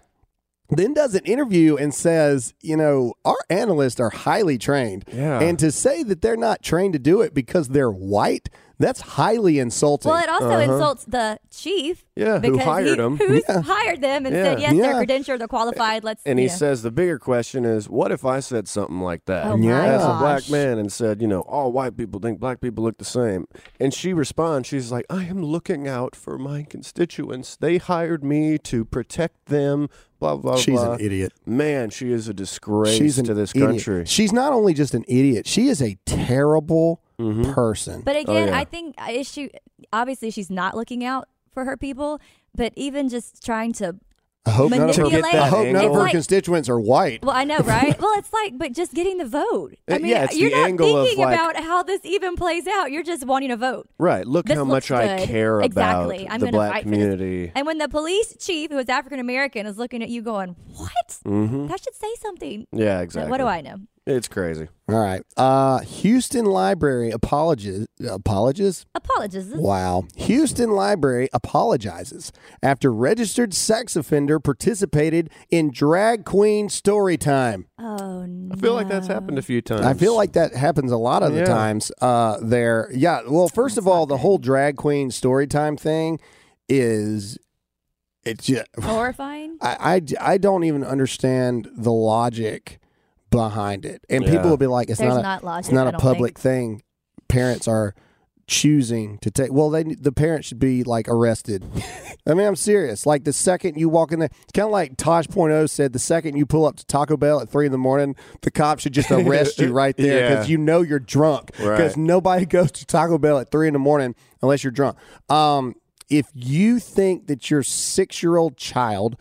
S1: then does an interview and says, you know, our analysts are highly trained.
S3: Yeah.
S1: And to say that they're not trained to do it because they're white, that's highly insulting.
S2: Well, it also insults the chief.
S3: Uh-huh. Yeah, who
S2: because
S3: hired
S2: he,
S3: him.
S2: Who's hired them and said,
S3: Yeah.
S2: yes,
S1: Yeah.
S2: they're credentialed, they're qualified. Let's.
S3: And he
S2: yeah.
S3: says the bigger question is, what if I said something like that
S2: Oh my Yeah.
S3: as a
S2: gosh.
S3: black man and said, you know, all white people think black people look the same? And she responds, she's like, I am looking out for my constituents. They hired me to protect them. Blah blah.
S1: Uh, She's
S3: blah.
S1: an idiot.
S3: Man, she is a disgrace
S1: She's an
S3: to this
S1: idiot.
S3: country.
S1: She's not only just an idiot, she is a terrible
S3: Mm-hmm.
S1: person.
S2: But again,
S3: "Oh, yeah.
S2: I think issue. Obviously, she's not looking out for her people. But even just trying to
S1: I hope none of her,
S2: manipulate-
S1: I hope none of
S2: It's
S1: her
S2: like-
S1: constituents are white.
S2: Well, I know, right? well, it's like, but just getting the vote.
S3: Uh,
S2: I mean,
S3: yeah, it's
S2: you're
S3: the
S2: not
S3: angle of,
S2: thinking
S3: like-
S2: about how this even plays out. You're just wanting a vote.
S3: Right. Look
S2: This
S3: how much
S2: looks
S3: I
S2: good.
S3: care about
S2: exactly. I'm
S3: the
S2: gonna
S3: black
S2: fight for this.
S3: community.
S2: And when the police chief, who is African American, is looking at you going, What?
S3: hmm
S2: That should say something.
S3: Yeah,
S2: But
S3: exactly.
S2: What do I know?
S3: It's crazy.
S1: All right. Uh, Houston Library apologist, apologist,
S2: Apologies.
S1: Wow. Houston Library apologizes after registered sex offender participated in drag queen story time.
S2: Oh, no.
S3: I feel like that's happened a few times.
S1: I feel like that happens a lot of the
S3: Yeah.
S1: times uh, there. Yeah. Well, first of all, the whole drag queen story time thing is it's just,
S3: <laughs>
S2: Horrifying.
S1: I, I, I don't even understand the logic behind it. And
S3: Yeah.
S1: people will be like, it's
S2: There's
S1: not, a,
S2: not logic,
S1: it's not
S2: I
S1: a
S2: don't think.
S1: public thing. Parents are choosing to take well they the parents should be like
S2: <laughs>
S1: arrested i mean i'm serious like the second you walk in there it's kind of like tosh.0 said the second you pull up to taco bell at three in the morning the cops should just arrest you right there because
S3: <laughs> Yeah.
S1: you know you're drunk because
S3: Right.
S1: nobody <laughs> goes to taco bell at three in the morning unless you're drunk um if you think that your six-year-old child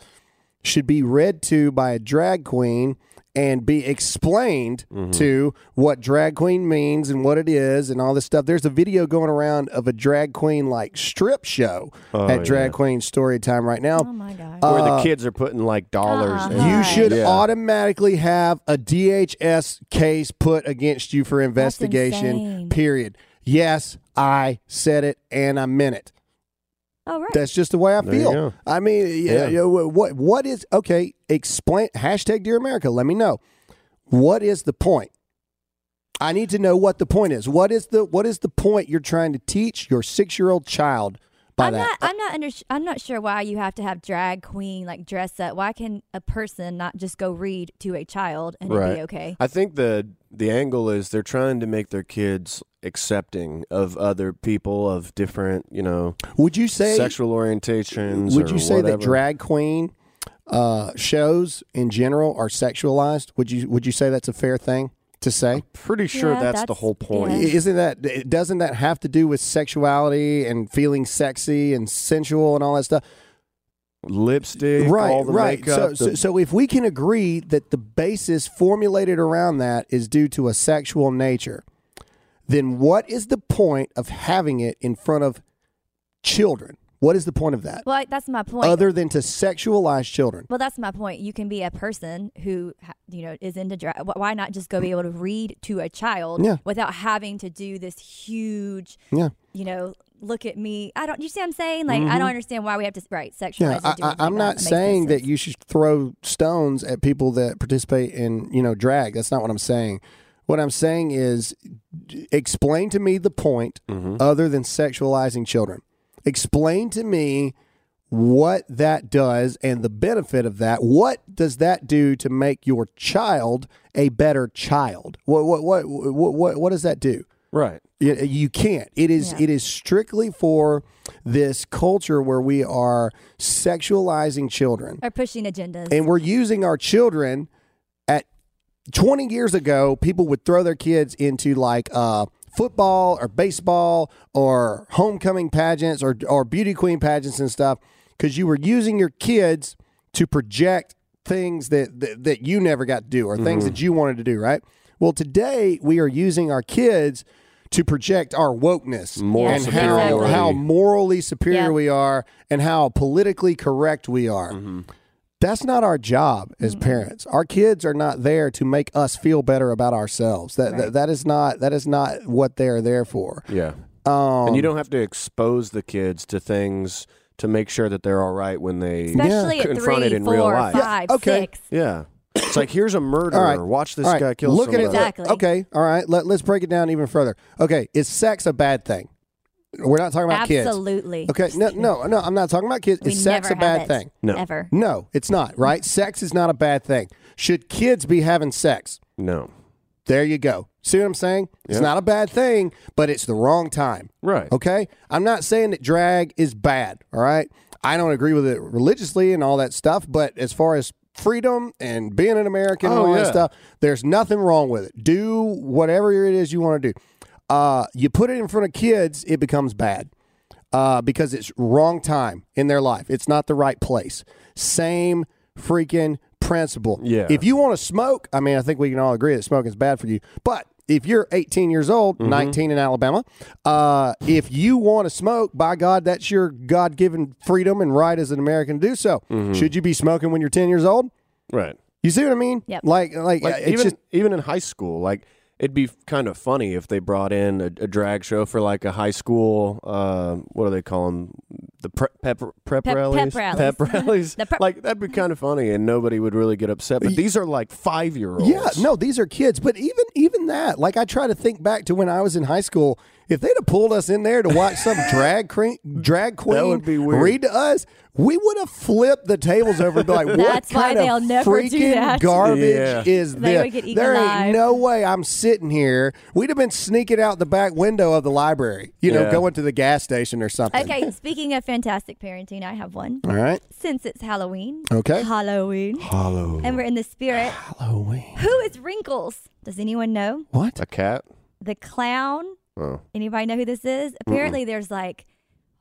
S1: should be read to by a drag queen and be explained
S3: Mm-hmm.
S1: to what drag queen means and what it is and all this stuff. There's a video going around of a drag queen like strip show
S3: Oh,
S1: at Drag Queen Story Time right now.
S2: Oh my gosh.
S3: where the kids are putting like dollars. in.
S1: uh, You
S2: Right.
S1: should
S3: Yeah.
S1: automatically have a DHS case put against you for investigation.
S2: insane.
S1: Period. Yes, I said it and I meant it.
S2: oh right.
S1: That's just the way I
S3: There you
S1: feel.
S3: go.
S1: I mean, yeah,
S3: Yeah.
S1: you know, what what is okay? Explain hashtag Dear America. Let me know what is the point. I need to know what the point is. What is the what is the point you're trying to teach your six year old child by
S2: I'm
S1: that?
S2: not. I'm not. Under, I'm not sure why you have to have drag queen like dress up. Why can a person not just go read to a child and it'd be okay?
S3: I think the the angle is they're trying to make their kids accepting of other people of different, you know,
S1: would you say
S3: sexual orientations.
S1: would
S3: or
S1: you say
S3: whatever.
S1: that drag queen uh, shows in general are sexualized? Would you would you say that's a fair thing to say?
S3: Pretty sure
S2: Yeah,
S3: that's, the
S2: that's-
S3: whole point.
S1: I-
S2: yeah.
S1: Isn't that doesn't that have to do with sexuality and feeling sexy and sensual and all that stuff?
S3: Lipstick, all the
S1: So,
S3: makeup.
S1: so,
S3: the-
S1: so if we can agree that the basis formulated around that is due to a sexual nature, then what is the point of having it in front of children? What is the point of that,
S2: Well, I- that's my point.
S1: other than to sexualize children?
S2: well, that's my point. You can be a person who ha- you know is into drag. Why not just go be able to read to a child
S1: Yeah.
S2: without having to do this huge,
S1: Yeah,
S2: you know, look at me. I don't. You see what I'm saying? Like I don't understand why we have to right sexualize.
S1: Mm-hmm. yeah.
S2: and
S1: I,
S2: do
S1: I,
S2: anything
S1: I'm
S2: like
S1: not
S2: It makes no
S1: saying that
S2: sense.
S1: you should throw stones at people that participate in you know drag. That's not what I'm saying. What I'm saying is, d- explain to me the point other than sexualizing children. Explain to me what that does and the benefit of that. What does that do to make your child a better child? What what what what what, what does that do?
S3: right.
S1: You, you can't. It is
S2: Yeah.
S1: it is strictly for this culture where we are sexualizing children
S2: or pushing agendas.
S1: and we're using our children at 20 years ago people would throw their kids into like uh football or baseball or homecoming pageants or or beauty queen pageants and stuff cuz you were using your kids to project things that that, that you never got to do or things that you wanted to do right well today we are using our kids to project our wokeness
S3: Moral
S1: and how,
S2: superiority.
S1: how morally superior
S2: Yeah.
S1: we are and how politically correct we are
S3: Mm-hmm.
S1: that's not our job as parents. Our kids are not there to make us feel better about ourselves. That that, that is not that is not what they are there for.
S3: Yeah.
S1: Um,
S3: and you don't have to expose the kids to things to make sure that they're all right when they
S2: Especially at
S3: confront it
S2: three,
S3: in real
S2: four,
S3: life.
S1: Yeah,
S2: five,
S1: okay.
S2: six.
S3: Yeah. It's like here's a murderer.
S1: All right.
S3: Watch this
S1: all right,
S3: guy kill
S1: Look
S3: somebody.
S1: at it. that-
S2: Exactly.
S1: Okay. All right. Let, let's break it down even further. Okay. Is sex a bad thing? We're not talking about
S2: Absolutely.
S1: kids. Okay. No, no, no. I'm not talking about kids.
S2: We
S1: is sex
S2: never
S1: a bad
S2: have it.
S1: thing?
S3: No.
S2: Ever.
S1: No, it's not. Right. sex is not a bad thing. Should kids be having sex?
S3: No.
S1: There you go. See what I'm saying? It's
S3: Yeah.
S1: not a bad thing, but it's the wrong time.
S3: Right.
S1: Okay? I'm not saying that drag is bad, all right? I don't agree with it religiously and all that stuff, but as far as freedom and being an American and
S3: Oh,
S1: all that
S3: yeah.
S1: stuff, there's nothing wrong with it. Do whatever it is you want to do. Uh, you put it in front of kids, it becomes bad uh, because it's wrong time in their life. It's not the right place. Same freaking principle.
S3: Yeah.
S1: If you want to smoke, I mean, I think we can all agree that smoking's bad for you. But if you're 18 years old,
S3: Mm-hmm.
S1: 19 in Alabama, uh, if you want to smoke, by God, that's your God given freedom and right as an American to do so.
S3: Mm-hmm.
S1: Should you be smoking when you're 10 years old?
S3: Right.
S1: You see what I mean?
S2: Yep.
S1: Like, like,
S3: Like
S1: uh, it's
S3: even
S1: just,
S3: even in high school, like it'd be kind of funny if they brought in a, a drag show for like a high school. Uh, what do they call them? The pre- pep, prep
S2: Pep-
S3: rallies.
S2: pep rallies. <laughs>
S3: rallies.
S2: The prep-
S3: like that'd be kind of funny, and nobody would really get upset. But these are like five year olds.
S1: Yeah, no, these are kids. But even even that, like I try to think back to when I was in high school If they'd have pulled us in there to watch
S3: <laughs>
S1: some drag queen, drag queen
S3: would be weird.
S1: read to us, we would have flipped the tables over and be like, "What
S2: That's why
S1: kind
S2: they'll
S1: of
S2: never do
S1: freaking <laughs>
S2: that.
S1: garbage
S3: Yeah.
S1: is
S2: They
S1: this?
S2: would get
S1: there ain't
S2: eagle-eyed.
S1: no way I'm sitting here. We'd have been sneaking out the back window of the library, you know,
S3: Yeah.
S1: going to the gas station or something.
S2: Okay, speaking of fantastic parenting, I have one.
S1: All right.
S2: Since it's Halloween.
S1: Mm. Okay.
S2: Halloween.
S3: Hollow.
S2: And we're in the spirit.
S1: Halloween.
S2: Who is Wrinkles? Does anyone know?
S1: What?
S3: A cat?
S2: The clown.
S3: Oh.
S2: Anybody know who this is? Apparently, there's like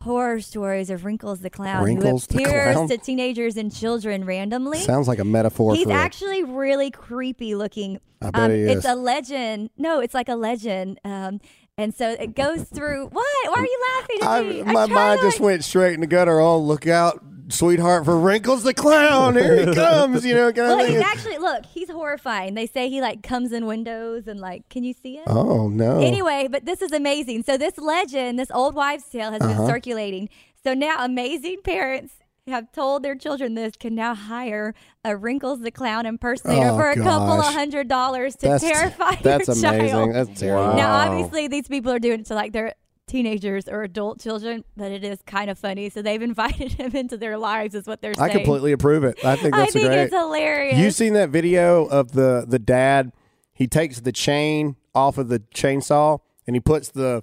S2: horror stories of Wrinkles the clown
S1: Wrinkles the
S2: who appears
S1: Clown?
S2: to teenagers and children randomly.
S1: Sounds like a metaphor
S2: He's
S1: for
S2: actually really creepy looking. Um,
S1: I bet he is.
S2: It's a legend. No, it's like a legend. Um, and so it goes through. <laughs> What? Why are you laughing at
S1: I,
S2: me?
S1: my
S2: I'm trying
S1: mind
S2: to,
S1: just
S2: like-
S1: went straight in the gutter. Oh, look out, sweetheart, for Wrinkles the Clown. Here
S3: <laughs>
S1: he comes. You know, kind of
S2: Look,
S1: thing.
S2: he's actually look. He's horrifying. They say he like comes in windows and like. Can you see it?
S1: Oh no.
S2: Anyway, but this is amazing. So this legend, this old wives' tale, has
S1: Uh-huh.
S2: been circulating. So now amazing parents have told their children this can now hire a Wrinkles the Clown impersonator
S1: Oh,
S2: for a couple
S1: gosh.
S2: of hundred dollars to
S1: that's
S2: terrify
S1: that's
S2: <laughs> your
S1: amazing.
S2: child.
S1: That's terrible.
S2: Now, obviously, these people are doing it to like their teenagers or adult children, but it is kind of funny. So they've <laughs> invited him into their lives, is what they're
S1: I
S2: saying.
S1: completely approve it. I think
S2: I
S1: that's
S2: think
S1: great.
S2: it's hilarious.
S1: You seen that video of the the dad? He takes the chain off of the chainsaw and he puts the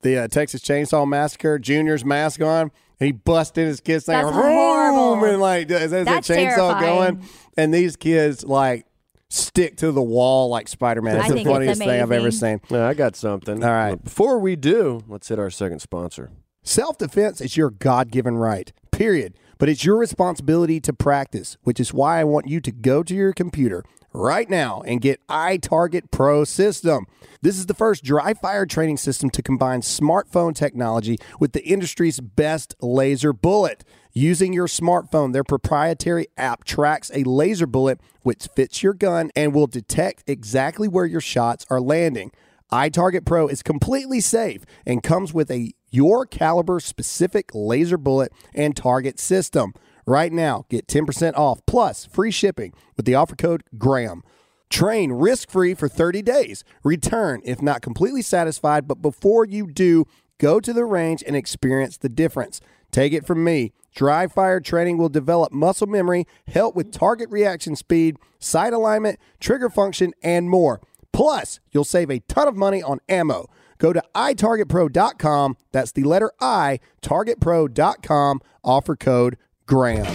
S1: the uh, Texas Chainsaw Massacre Junior's mask on. And he busts in his kids saying,
S2: That's horrible.
S1: "Vroom," and like as, as that
S2: That's
S1: chainsaw
S2: terrifying.
S1: going, and these kids like stick to the wall like Spider Man.
S2: I
S1: It's the
S2: think it's
S1: funniest thing I've ever
S2: amazing.
S1: seen.
S3: Yeah, I got something.
S1: All right.
S3: But Before we do, let's hit our second sponsor.
S1: Self defense is your God given right, period. But it's your responsibility to practice, which is why I want you to go to your computer right now and get iTarget Pro System. This is the first dry fire training system to combine smartphone technology with the industry's best laser bullet. Using your smartphone, their proprietary app tracks a laser bullet which fits your gun and will detect exactly where your shots are landing iTarget Pro is completely safe and comes with a your caliber specific laser bullet and target system. Right now, get 10% off plus free shipping with the offer code GRAM. Train risk free for 30 days. Return if not completely satisfied, but before you do, go to the range and experience the difference. Take it from me. Dry fire training will develop muscle memory, help with target reaction speed, sight alignment, trigger function, and more. Plus, you'll save a ton of money on ammo. Go to itargetpro.com. That's the letter I, targetpro.com. Offer code GRAM.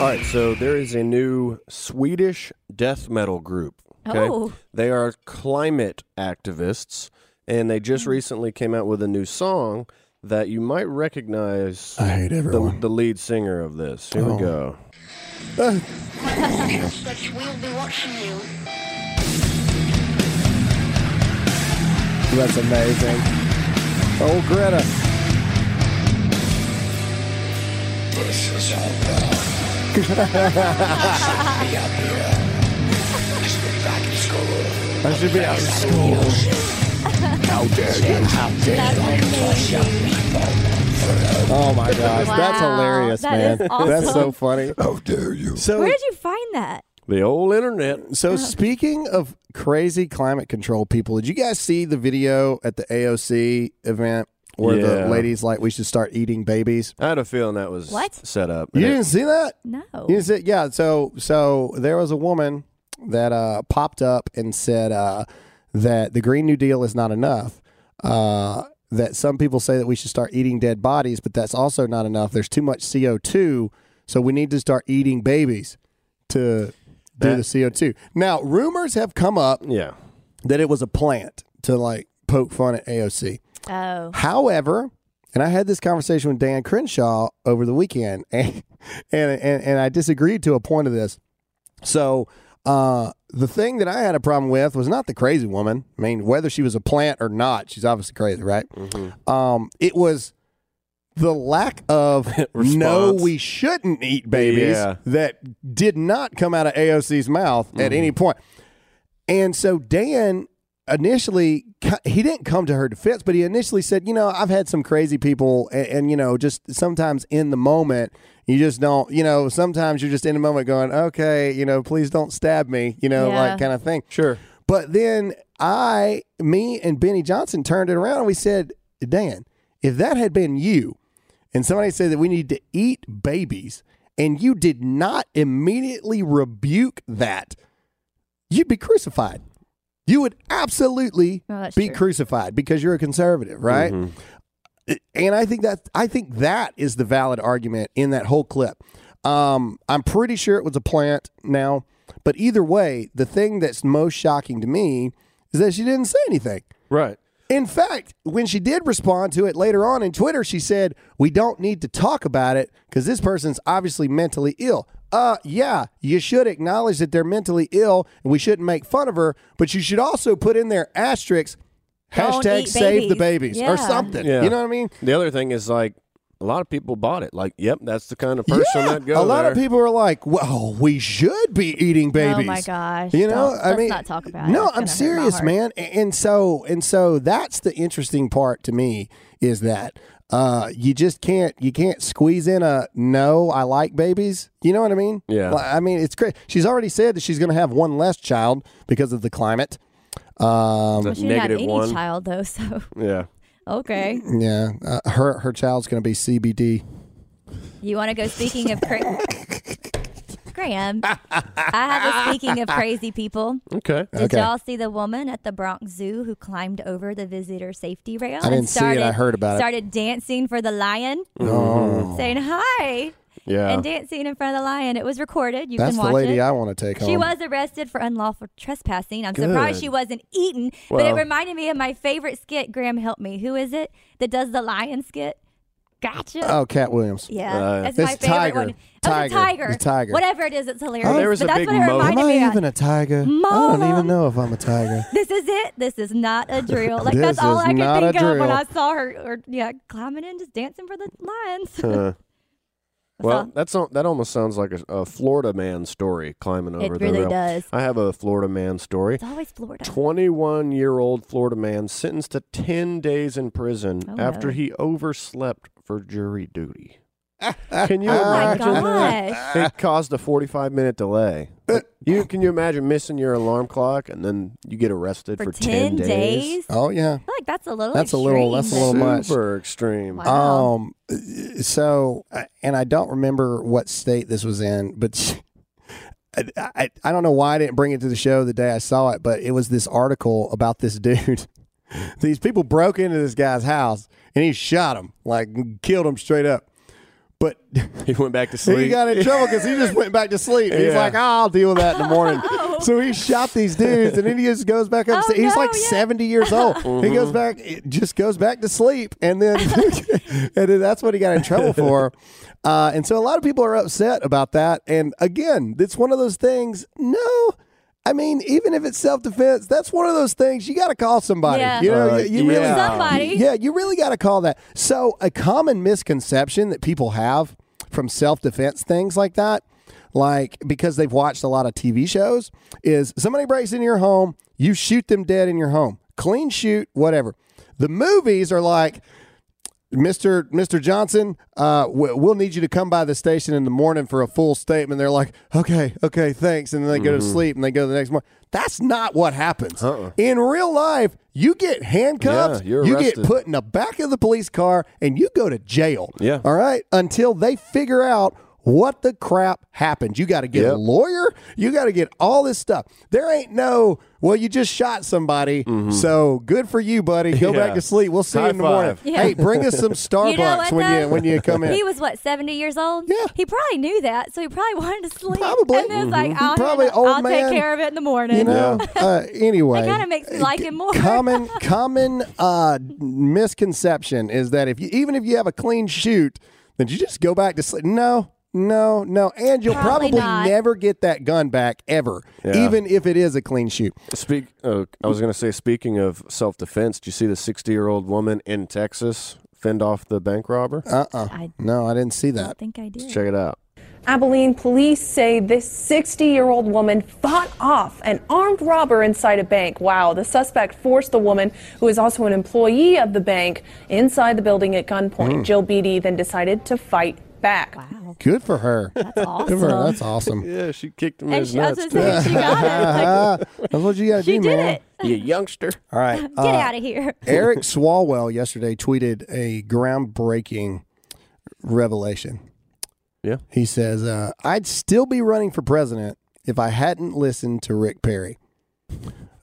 S3: All right, so there is a new Swedish death metal group. Okay?
S2: Oh.
S3: They are climate activists, and they
S2: Hmm.
S3: just recently came out with a new song that you might recognize
S1: I hate Oh.
S3: the, the lead singer of this. Here we go.
S6: But we'll be watching you.
S1: That's amazing. Oh, Greta.
S6: This is all wrong. I shouldn't be up here. I should be back in school.
S1: I should be out of school.
S6: How dare you? How dare
S1: <laughs>
S6: you?
S1: Oh, my gosh. Oh. That's
S2: Wow,
S1: hilarious,
S2: that
S1: man.
S2: is
S1: <laughs>
S2: awesome.
S1: That's so funny.
S6: How dare you?
S1: So,
S2: Where did you find that?
S3: The old internet.
S1: So speaking of crazy climate control people, did you guys see the video at the AOC event where
S3: Yeah.
S1: the ladies like we should start eating babies?
S3: I had a feeling that was
S2: What?
S3: set up.
S1: You didn't see that?
S2: No.
S1: You didn't see yeah, so so there was a woman that uh popped up and said uh that the Green New Deal is not enough. Uh that some people say that we should start eating dead bodies, but that's also not enough. There's too much CO2, so we need to start eating babies to do
S3: That-
S1: the CO2. Now, rumors have come up
S3: yeah.
S1: that it was a plant to like poke fun at AOC.
S2: Oh.
S1: However, and I had this conversation with Dan Crenshaw over the weekend, <laughs> and and and, and I disagreed to a point of this. So uh, the thing that I had a problem with was not the crazy woman. I mean, whether she was a plant or not, she's obviously crazy, right?
S3: Mm-hmm.
S1: Um, it was the lack of no,
S3: <laughs> Response.
S1: we shouldn't eat babies
S3: Yeah. Mm-hmm.
S1: that did not come out of AOC's mouth at any point. And so Dan initially cu- he didn't come to her defense, but he initially said, you know, I've had some crazy people, and, and you know, just sometimes in the moment, you just don't, you know, sometimes you're just in the moment going, okay, you know, please don't stab me, you know,
S2: Yeah.
S1: like kind of thing.
S3: Sure.
S1: But then I, me, and Benny Johnson turned it around and we said, Dan, if that had been you, and somebody said that we need to eat babies, and you did not immediately rebuke that, you'd be crucified. You would absolutely
S2: No, that's
S1: be
S2: true.
S1: crucified because you're a conservative, right? And I think that I think that is the valid argument in that whole clip. Um, I'm pretty sure it was a plant now, but either way, the thing that's most shocking to me is that she didn't say anything.
S3: Right.
S1: In fact, when she did respond to it later on in Twitter, she said, "We don't need to talk about it because this person's obviously mentally ill." Uh, yeah, you should acknowledge that they're mentally ill, and we shouldn't make fun of her. But you should also put in there asterisks,
S2: Don't
S1: hashtag
S2: eat
S1: save the
S2: babies.
S1: babies or
S2: Yeah.
S1: something.
S3: Yeah.
S1: You know what I mean?
S3: The other thing is like a lot of people bought it. Like, yep, that's the kind of person that goes.
S1: a lot of people are like, "Well, we should be eating babies."
S2: Oh my gosh!
S1: You know,
S2: Don't-
S1: I
S2: let's
S1: mean,
S2: not talk about it.
S1: no,
S2: It's gonna
S1: I'm
S2: hurt my
S1: serious,
S2: heart.
S1: man. A- And so, and so that's the interesting part to me is that uh, you just can't you can't squeeze in a no. I like babies. You know what I mean?
S3: Yeah.
S1: Like, I mean, it's crazy. She's already said that she's going to have one less child because of the climate. Um,
S2: Well, she didn't have
S3: Negative
S2: any
S3: one.
S2: child though, so <laughs>
S3: Yeah.
S2: okay.
S1: yeah, uh, her her child's going to be CBD.
S2: You want to go? Speaking
S1: <laughs>
S2: of cra- Graham, I have a speaking of crazy people.
S3: Okay.
S2: Did
S1: Okay.
S2: y'all see the woman at the Bronx Zoo who climbed over the visitor safety rail?
S1: I didn't
S2: and
S1: see it. I
S2: started,
S1: heard about it.
S2: Started dancing for the lion,
S3: Mm-hmm.
S1: Oh,
S2: saying hi
S3: Yeah.
S2: and dancing in front of the lion. It was recorded. You
S1: That's
S2: can
S1: the
S2: watch
S1: lady
S2: it.
S1: I want to take home.
S2: She was arrested for unlawful trespassing. I'm surprised
S3: Good.
S2: she wasn't eaten, but it
S3: Well-
S2: reminded me of my favorite skit. Graham, help me. Who is it that does the lion skit? Gotcha.
S1: Oh, Cat Williams.
S2: yeah,
S3: Uh,
S2: that's my
S1: It's
S2: favorite
S1: tiger.
S2: one.
S1: Tiger.
S2: Oh, it's a tiger.
S1: It's tiger. Oh,
S2: Whatever it is, it's hilarious.
S3: There was
S2: but
S3: a
S2: that's
S3: big
S2: what it
S3: mo-
S1: Am
S2: reminded
S1: I
S2: me of.
S1: even a tiger? I don't
S2: Mom.
S1: even know if I'm a tiger.
S2: this is it. This is not a
S1: <laughs>
S2: drill. Like
S1: This
S2: that's all
S1: is
S2: I
S1: not
S2: could
S1: a
S2: think of when
S1: drill.
S2: I saw her, or yeah, climbing in, just dancing for the lions.
S3: Uh, well,
S2: So-
S3: that's al- that almost sounds like a, a Florida man story climbing over the
S2: really
S3: rail.
S2: does.
S3: I have a Florida man
S2: <laughs>
S3: story.
S2: it's always Florida.
S3: 21 year old Florida man sentenced to 10 days in prison
S2: Oh,
S3: after
S2: no.
S3: he overslept for jury
S1: <laughs>
S3: duty. Can you
S1: Oh my
S3: imagine that?
S2: gosh.
S3: It caused a 45 minute delay. <laughs> Like, you Can you imagine missing your alarm clock and then you get arrested for,
S2: For, ten, days.
S1: Oh yeah.
S2: I feel like that's a little.
S1: That's a little- that's a
S2: extreme,
S1: little
S2: but-
S1: much.
S3: Super extreme.
S2: Wow.
S1: Um. So, uh, and I don't remember what state this was in, but <laughs> I, I, I don't know why I didn't bring it to the show the day I saw it, but it was this article about this <laughs> dude. These people broke into this guy's house and he shot him, like killed him straight up. But
S3: He went <laughs> back to sleep.
S1: he got in trouble because he just went back to sleep. He's
S3: Yeah.
S1: like, "Ah, I'll deal with that in the
S2: <laughs>
S1: morning. So he shot these dudes, and then he just goes back up.
S2: Oh,
S1: he's
S2: no,
S1: like
S2: yeah.
S1: seventy years
S2: <laughs>
S1: old. He
S3: Mm-hmm.
S1: goes back, it just goes back to sleep, and then <laughs> and then that's what he got in
S3: <laughs>
S1: trouble for. Uh, and so a lot of people are upset about that. And again, it's one of those things. No. I mean, even if it's self defense, that's one of those things you got to call somebody.
S2: Yeah.
S1: You know,
S3: Uh,
S1: you, you really
S3: yeah.
S2: Somebody.
S1: yeah, you really got to call that. So, a common misconception that people have from self defense things like that, like because they've watched a lot of TV shows, is somebody breaks into your home, you shoot them dead in your home. Clean shoot, whatever. The movies are like, Mr. Mr. Johnson, uh, w- we'll need you to come by the station in the morning for a full statement. They're like, okay, okay, thanks, and then they go to sleep and they go the next morning. That's not what happens in real life. You get handcuffed,
S3: Yeah, you're
S1: you get
S3: arrested.
S1: put in the back of the police car, and you go to jail.
S3: Yeah.
S1: all right, until they figure out what the crap happened. You got to get a
S3: Yep.
S1: lawyer. You got to get all this stuff. There ain't no. Well, you just shot somebody, so good for you, buddy. Go back
S3: Mm-hmm. Yeah.
S1: to sleep. We'll see you in the
S3: High
S1: morning.
S3: five.
S2: Yeah.
S1: Hey, bring us some Starbucks
S2: <laughs> You know what,
S1: when you
S2: though?
S1: when you come in.
S2: He was what seventy years old.
S1: Yeah.
S2: he probably knew that, so he probably <laughs> wanted to sleep.
S1: Probably.
S2: and then it's like,
S1: Mhm.
S2: I'll,
S1: Probably
S2: handle-
S1: old
S2: I'll
S1: man,
S2: take care of it in the morning.
S1: you <laughs> know. Uh, anyway,
S2: That kinda makes me like him more. <laughs>
S1: Common common uh, misconception is that if you even if you have a clean shoot, then you just go back to sleep. No. No, no, and you'll
S2: Probably
S1: probably,
S2: not.
S1: never get that gun back ever,
S3: Yeah.
S1: even if it is a clean shoot.
S3: Speak. Uh, I was going to say, speaking of self defense, do you see the 60 year old woman in Texas fend off the bank robber?
S2: I
S1: No, I didn't see that.
S2: don't think I did.
S3: Check it out.
S7: Abilene police say this 60 year old woman fought off an armed robber inside a bank. Wow. The suspect forced the woman, who is also an employee of the bank, inside the building at gunpoint. Jill Beatty then decided to fight back.
S2: Wow,
S1: Good for her.
S2: that's
S1: Good for her.
S2: awesome.
S1: That's
S2: <laughs>
S1: awesome.
S3: Yeah, she kicked him in
S2: And
S3: his
S2: she, I was just
S3: nuts.
S2: saying, she
S1: <laughs>
S2: got it. <laughs>
S1: Ah, that's what you got to
S2: She
S1: do,
S2: did
S1: man.
S2: it.
S3: you youngster.
S1: All right.
S2: <laughs> Get
S1: uh,
S2: out of here.
S1: Eric Swalwell yesterday tweeted a groundbreaking revelation.
S3: Yeah.
S1: He says, uh, I'd still be running for president if I hadn't listened to Rick Perry.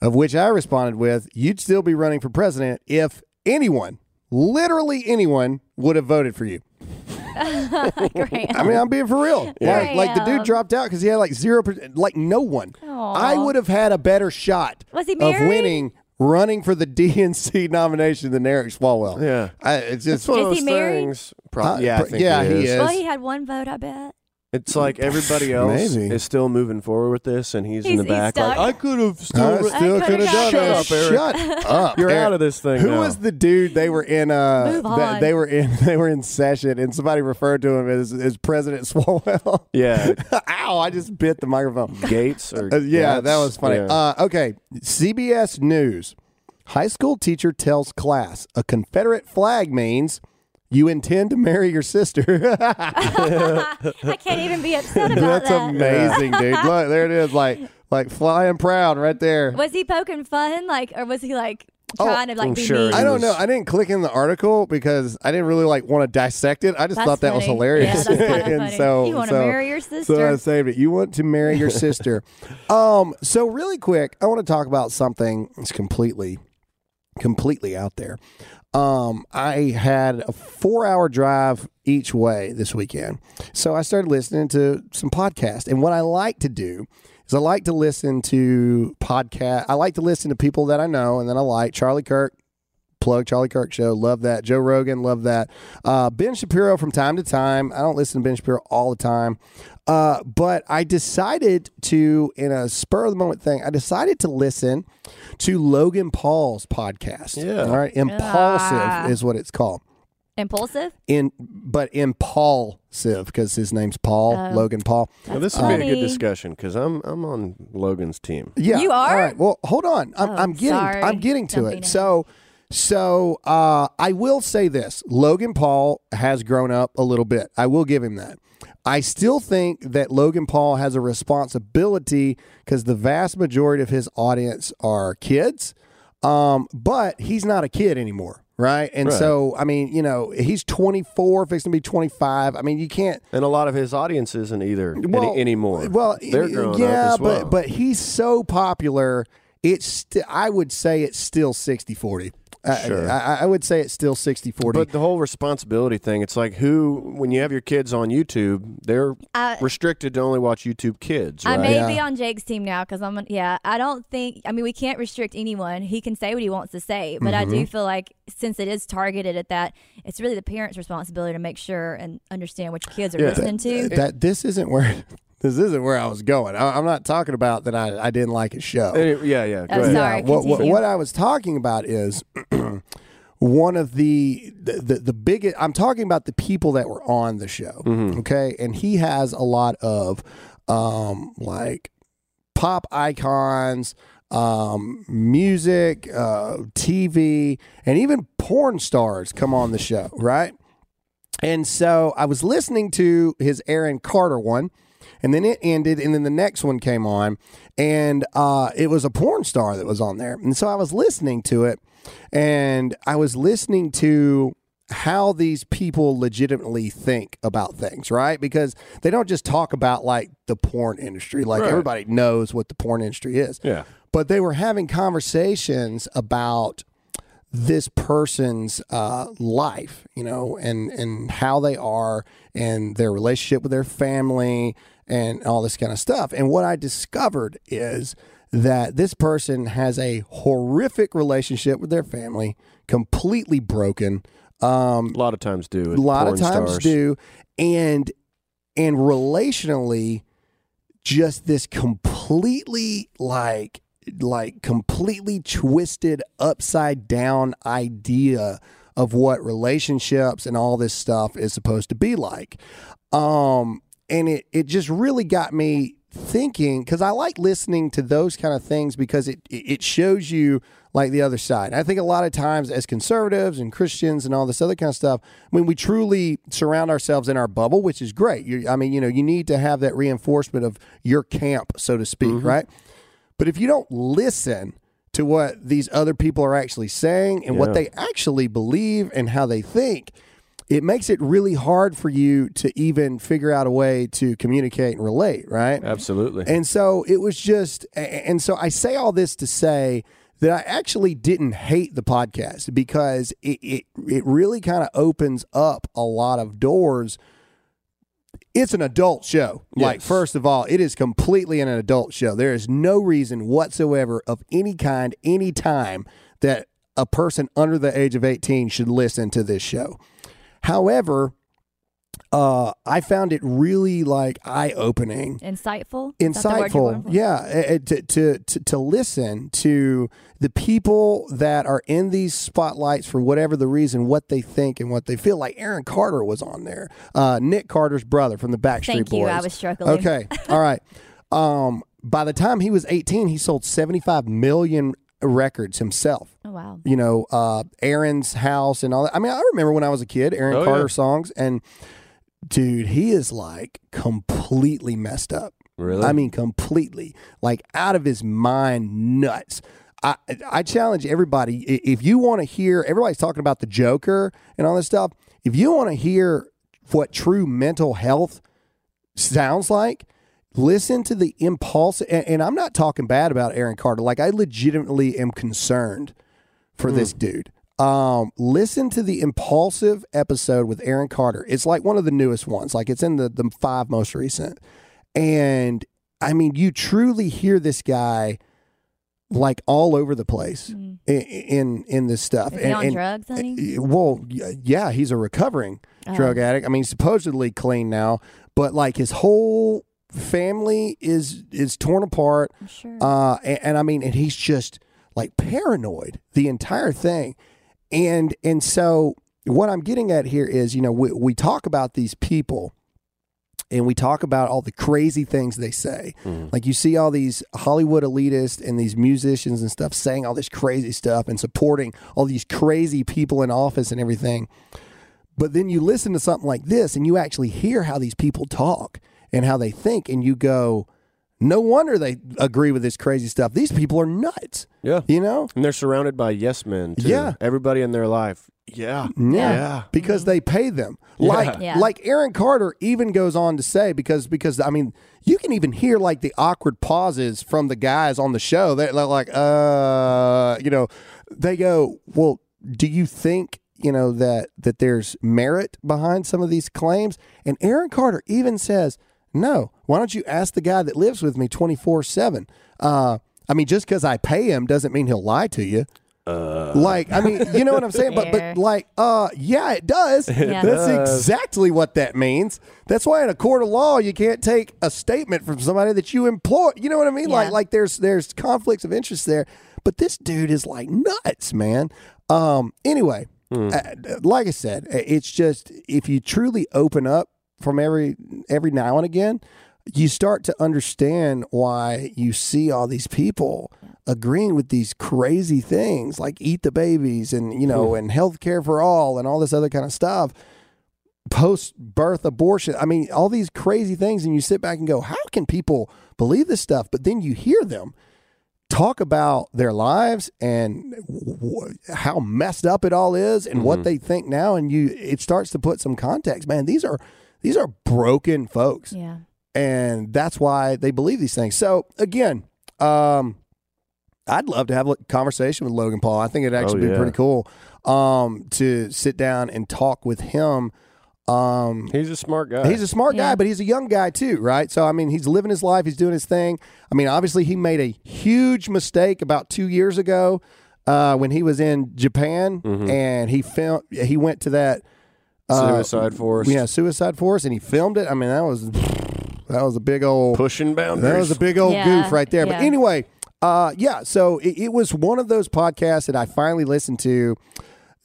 S1: Of which I responded with, You'd still be running for president if anyone, literally anyone, would have voted for you.
S2: Graham.
S1: <laughs> I mean, I'm being for
S2: <laughs>
S1: real. Like, like the
S2: Damn.
S1: dude dropped out because he had like zero, percent like no one. I would have had a better shot
S2: Was he
S1: of
S2: married?
S1: winning running for the <laughs> DNC nomination than Eric Swalwell.
S3: Yeah.
S1: I, it's just
S3: It's one of
S2: Is he
S3: those
S2: married?
S3: things. Pro-
S1: Uh,
S3: yeah, I
S1: pro-
S3: think
S1: yeah, he is.
S2: Well, he had one vote, I bet.
S3: It's like <laughs> everybody else
S1: Maybe.
S3: is still moving forward with this, and he's, in
S2: He's- he's
S3: the back.
S2: stuck.
S1: <laughs>
S3: Like, I could have
S1: I
S3: still.
S1: still
S2: I
S1: could
S2: could've
S1: have done
S2: done
S1: it.
S3: it. Shut
S2: <laughs>
S3: up,
S1: Shut up.
S3: You're
S1: Eric.
S3: out of this thing.
S1: Who
S3: now.
S1: was the dude they were in? Uh,
S2: Move
S1: that-
S2: on.
S1: they were in. <laughs> They were in session, and somebody referred to him as, as President Swalwell.
S3: Yeah,
S1: <laughs>
S2: <laughs>
S1: Ow! I just bit the microphone.
S3: Gates
S1: <laughs>
S3: or
S1: Uh, yeah,
S3: Gates?
S1: that was funny.
S3: Yeah.
S1: Uh, okay, CBS News. High school teacher tells class a Confederate flag means you intend to marry your sister. <laughs>
S2: I can't even be upset about
S1: That's
S2: that.
S1: amazing, dude. Look, there it is. Like, like flying proud right there.
S2: Was he poking fun, like, or was he like trying to like
S3: I'm
S2: be
S3: sure.
S2: mean?
S1: Oh, I don't
S3: was-
S1: know. I didn't click in the article because I didn't really like want to dissect it. I just
S2: That's
S1: thought that was
S2: funny.
S1: hilarious. <laughs>
S2: Yeah, that's kinda
S1: and
S2: funny.
S1: so
S2: You wanna
S1: so-
S2: marry your
S1: So I
S2: sister.
S1: saved it. You want to marry your
S2: <laughs>
S1: sister. um. So really quick, I want to talk about something that's completely, completely out there. Um, I had a four-hour drive each way this weekend, so I started listening to some podcasts. And what I like to do is I like to listen to podcast. I like to listen to people that I know and that I like. Charlie Kirk, plug Charlie Kirk show. Love that. Joe Rogan, love that. Uh, ben Shapiro from time to time. I don't listen to Ben Shapiro all the time, uh, but I decided to, in a spur of the moment thing, I decided to listen to Logan Paul's podcast.
S3: Yeah.
S1: All right. Impulsive is what it's called.
S2: Impulsive.
S1: In but impulsive because his name's Paul Logan Paul.
S3: Now, this would be a
S2: funny.
S3: good discussion because I'm I'm on Logan's team.
S1: Yeah,
S2: You are? Oh,
S1: All right. Well, hold on. I'm, I'm getting.
S2: sorry.
S1: I'm getting to
S2: Jumping
S1: it.
S2: in.
S1: So, so uh, I will say this: Logan Paul has grown up a little bit. I will give him that. I still think that Logan Paul has a responsibility because the vast majority of his audience are kids. Um, but he's not a kid anymore, right? And so, I mean, you know, he's 24, fixing to be 25. I mean, you can't.
S3: And a lot of his audience isn't either any- anymore.
S1: Well,
S3: they're
S1: y-
S3: grown
S1: yeah,
S3: up as well.
S1: but but he's so popular. It's st- I would say it's still 60-40. Sure. I, I, I would say it's still 60-40.
S3: But the whole responsibility thing, it's like who, when you have your kids on YouTube, they're
S2: I-
S3: restricted to only watch YouTube kids,
S2: I
S3: right?
S2: may
S1: Yeah.
S2: be on Jake's team now because I'm. on- Yeah, I don't think. I mean, we can't restrict anyone. He can say what he wants to say, but I
S1: Mm-hmm.
S2: do feel like since it is targeted at that, it's really the parents' responsibility to make sure and understand what your kids are listening to.
S1: Uh, that this isn't where <laughs> this isn't where I was going. I, I'm not talking about that I, I didn't like his show.
S3: Any- yeah, yeah. go
S2: Oh,
S3: ahead.
S2: sorry.
S1: what, what,
S2: continue.
S1: what I was talking about is <clears throat> one of the the, the the biggest. I'm talking about the people that were on the show. Okay, and he has a lot of um like pop icons, um, music, uh, TV, and even porn stars come on the show, right? And so I was listening to his Aaron Carter one, and then it ended, and then the next one came on, and uh, it was a porn star that was on there. And so I was listening to it, and I was listening to how these people legitimately think about things, right? Because they don't just talk about like the porn industry, like everybody knows what the porn industry is.
S3: Yeah.
S1: But they were having conversations about this person's uh, life, you know, and and how they are and their relationship with their family and all this kind of stuff. And what I discovered is that this person has a horrific relationship with their family, completely broken. Um,
S3: A lot of times
S1: a
S3: do.
S1: lot of
S3: porn
S1: times
S3: stars.
S1: do, and and relationally, just this completely like like completely twisted upside down idea of what relationships and all this stuff is supposed to be like um and it it just really got me thinking because I like listening to those kind of things because it it it shows you like the other side. And I think a lot of times as conservatives and Christians and all this other kind of stuff, I mean, we truly surround ourselves in our bubble, which is great. you I mean, you know, you need to have that reinforcement of your camp, so to speak, right? But if you don't listen to what these other people are actually saying and what they actually believe and how they think, it makes it really hard for you to even figure out a way to communicate and relate, right?
S3: Absolutely.
S1: And so it was just, a- and so I say all this to say that I actually didn't hate the podcast because it it, it really kind of opens up a lot of doors. It's an adult show. Like,
S3: Yes.
S1: first of all, it is completely an adult show. There is no reason whatsoever of any kind, any time, that a person under the age of 18 should listen to this show. However, uh, I found it really like eye opening
S2: Insightful. Is that the word you're going
S1: insightful
S2: for?
S1: yeah eh, eh, to, to, to, to listen to the people that are in these spotlights for whatever the reason what they think and what they feel like aaron carter was on there uh, nick carter's brother from the backstreet
S2: Thank
S1: boys
S2: you. I was struggling.
S1: okay all right um, by the time he was 18 he sold 75 million records himself
S2: Oh wow.
S1: you know, uh, Aaron's house and all that. I mean, I remember when I was a kid, Aaron
S3: Oh,
S1: Carter
S3: yeah.
S1: songs, and dude, he is like completely messed up.
S3: Really?
S1: I mean, completely like out of his mind, nuts. I I challenge everybody i- if you want to hear everybody's talking about the Joker and all this stuff. If you want to hear what true mental health sounds like. Listen to the impulse, and, and I'm not talking bad about Aaron Carter. Like I legitimately am concerned for this dude. Um, listen to the impulsive episode with Aaron Carter. It's like one of the newest ones. Like it's in the the five most recent. And I mean, you truly hear this guy like all over the place i- i- in in, this stuff.
S2: Mm. Is he
S1: and,
S2: on
S1: and-
S2: drugs, Oh. honey?
S1: uh, Well, y- yeah, he's a recovering drug addict. I mean, supposedly clean now, but like his whole family is is torn apart.
S2: Sure.
S1: Uh, and, and I mean, and he's just like paranoid the entire thing, and and so what I'm getting at here is, you know, we we talk about these people, and we talk about all the crazy things they say. Like you see all these Hollywood elitists and these musicians and stuff saying all this crazy stuff and supporting all these crazy people in office and everything. But then you listen to something like this and you actually hear how these people talk and how they think, and you go, no wonder they agree with this crazy stuff. These people are nuts.
S3: Yeah.
S1: You know?
S3: And they're surrounded by yes men. Too.
S1: Yeah. Mm-hmm.
S3: Everybody in their life. Yeah.
S1: Yeah.
S3: Yeah.
S1: Because they pay them. Like
S2: Yeah.
S1: like Aaron Carter even goes on to say because because I mean you can even hear like the awkward pauses from the guys on the show. They're, they're like, uh, you know, they go, well, do you think you know that that there's merit behind some of these claims? And Aaron Carter even says, no. Why don't you ask the guy that lives with me twenty four seven? Uh, I mean, just because I pay him doesn't mean he'll lie to you. Like, I mean, you know what I'm saying? But
S2: Fair.
S1: but like, uh, yeah, it does.
S2: Yeah.
S1: That's
S3: does.
S1: exactly what that means. That's why in a court of law you can't take a statement from somebody that you employ. You know what I mean?
S2: Yeah.
S1: Like like there's there's conflicts of interest there. But this dude is like nuts, man. Um anyway, uh, like I said, uh, it's just if you truly open up from every every now and again, you start to understand why you see all these people agreeing with these crazy things like eat the babies and you know and health care for all and all this other kind of stuff post birth abortion i mean all these crazy things and you sit back and go how can people believe this stuff but then you hear them talk about their lives and w- w- how messed up it all is and what they think now and you it starts to put some context man these are these are broken folks
S2: yeah.
S1: and that's why they believe these things. So again, um, I'd love to have a conversation with Logan Paul. I think it'd actually be
S3: yeah.
S1: pretty cool um, to sit down and talk with him. Um,
S3: He's a smart guy.
S1: He's a smart guy,
S2: Yeah.
S1: but he's a young guy too, right? So I mean, he's living his life, he's doing his thing. I mean, obviously, he made a huge mistake about two years ago uh, when he was in Japan and he filmed. He went to that uh,
S3: suicide force.
S1: yeah suicide force and he filmed it. I mean, that was that was a big old
S3: Pushing boundaries.
S1: that was a big old
S2: Yeah,
S1: goof right there. But
S2: yeah.
S1: anyway, uh, yeah. So it, it was one of those podcasts that I finally listened to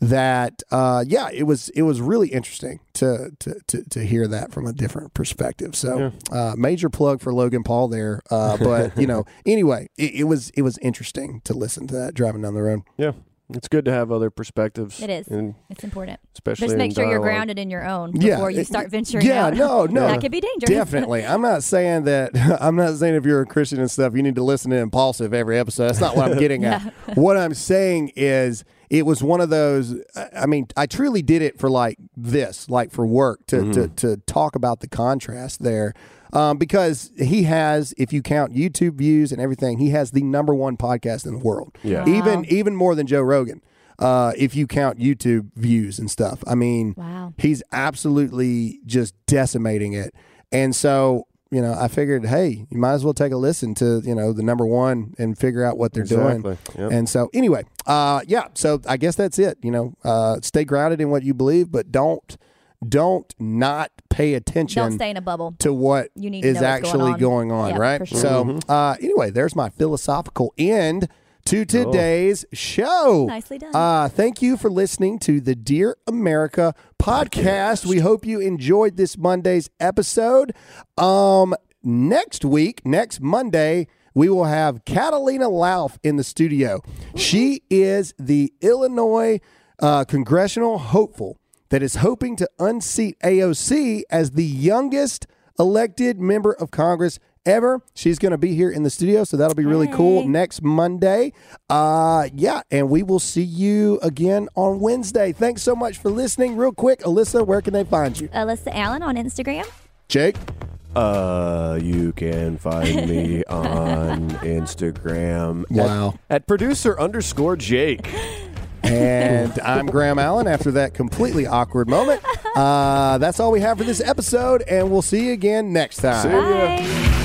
S1: that uh, yeah, it was it was really interesting to to to, to hear that from a different perspective. So uh, major plug for Logan Paul there, uh, but you know anyway, it, it was it was interesting to listen to that driving down the road.
S3: Yeah, it's good to have other perspectives.
S2: It is.
S3: and
S2: It's important.
S3: especially
S2: Just make
S3: in
S2: sure you're
S3: dialogue.
S2: grounded in your own
S1: uh, Yeah,
S2: before you
S1: it-
S2: start venturing
S1: yeah,
S2: out. <laughs>
S1: no, no.
S2: that could be dangerous.
S1: Definitely. I'm not saying that. <laughs> I'm not saying if you're a Christian and stuff, you need to listen to Impulsive every episode. That's not what I'm getting
S2: <laughs>
S1: at. What I'm saying is, it was one of those. I- I mean, I truly did it for like this, like for work, to to, to talk about the contrast there. Um, because he has, if you count YouTube views and everything, he has the number one podcast in the world.
S3: Yeah.
S1: Even even more than Joe Rogan. Uh, if you count YouTube views and stuff. I mean,
S2: Wow.
S1: he's absolutely just decimating it. And so, you know, I figured, hey, you might as well take a listen to, you know, the number one and figure out what they're doing.
S3: Exactly, yep.
S1: And so, anyway, uh, yeah. So I guess that's it. You know, uh, stay grounded in what you believe, but don't, don't not pay attention
S2: Don't stay in a bubble.
S1: to what
S2: You need to
S1: is
S2: know what's going
S1: actually
S2: on.
S1: going on,
S2: Yeah,
S1: right?
S2: for sure.
S1: So, uh, anyway, there's my philosophical end to today's show.
S2: Nicely done.
S1: Uh, thank you for listening to the Dear America podcast. We hope you enjoyed this Monday's episode. Um, next week, next Monday, we will have Catalina Lauf in the studio. She is the Illinois uh, congressional hopeful that is hoping to unseat AOC as the youngest elected member of Congress ever. She's going to be here in the studio, so that'll be really cool next Monday. Uh, yeah, and we will see you again on Wednesday. Thanks so much for listening. Real quick, Alyssa, where can they find you?
S2: Alyssa Allen on Instagram.
S1: Jake,
S3: Uh, you can find
S2: <laughs>
S3: me on Instagram. at-
S1: Wow.
S3: At, producer underscore Jake.
S1: and I'm Graham Allen. After that completely awkward moment, uh, that's all we have for this episode, and we'll see you again next time.
S3: See ya.
S2: Bye.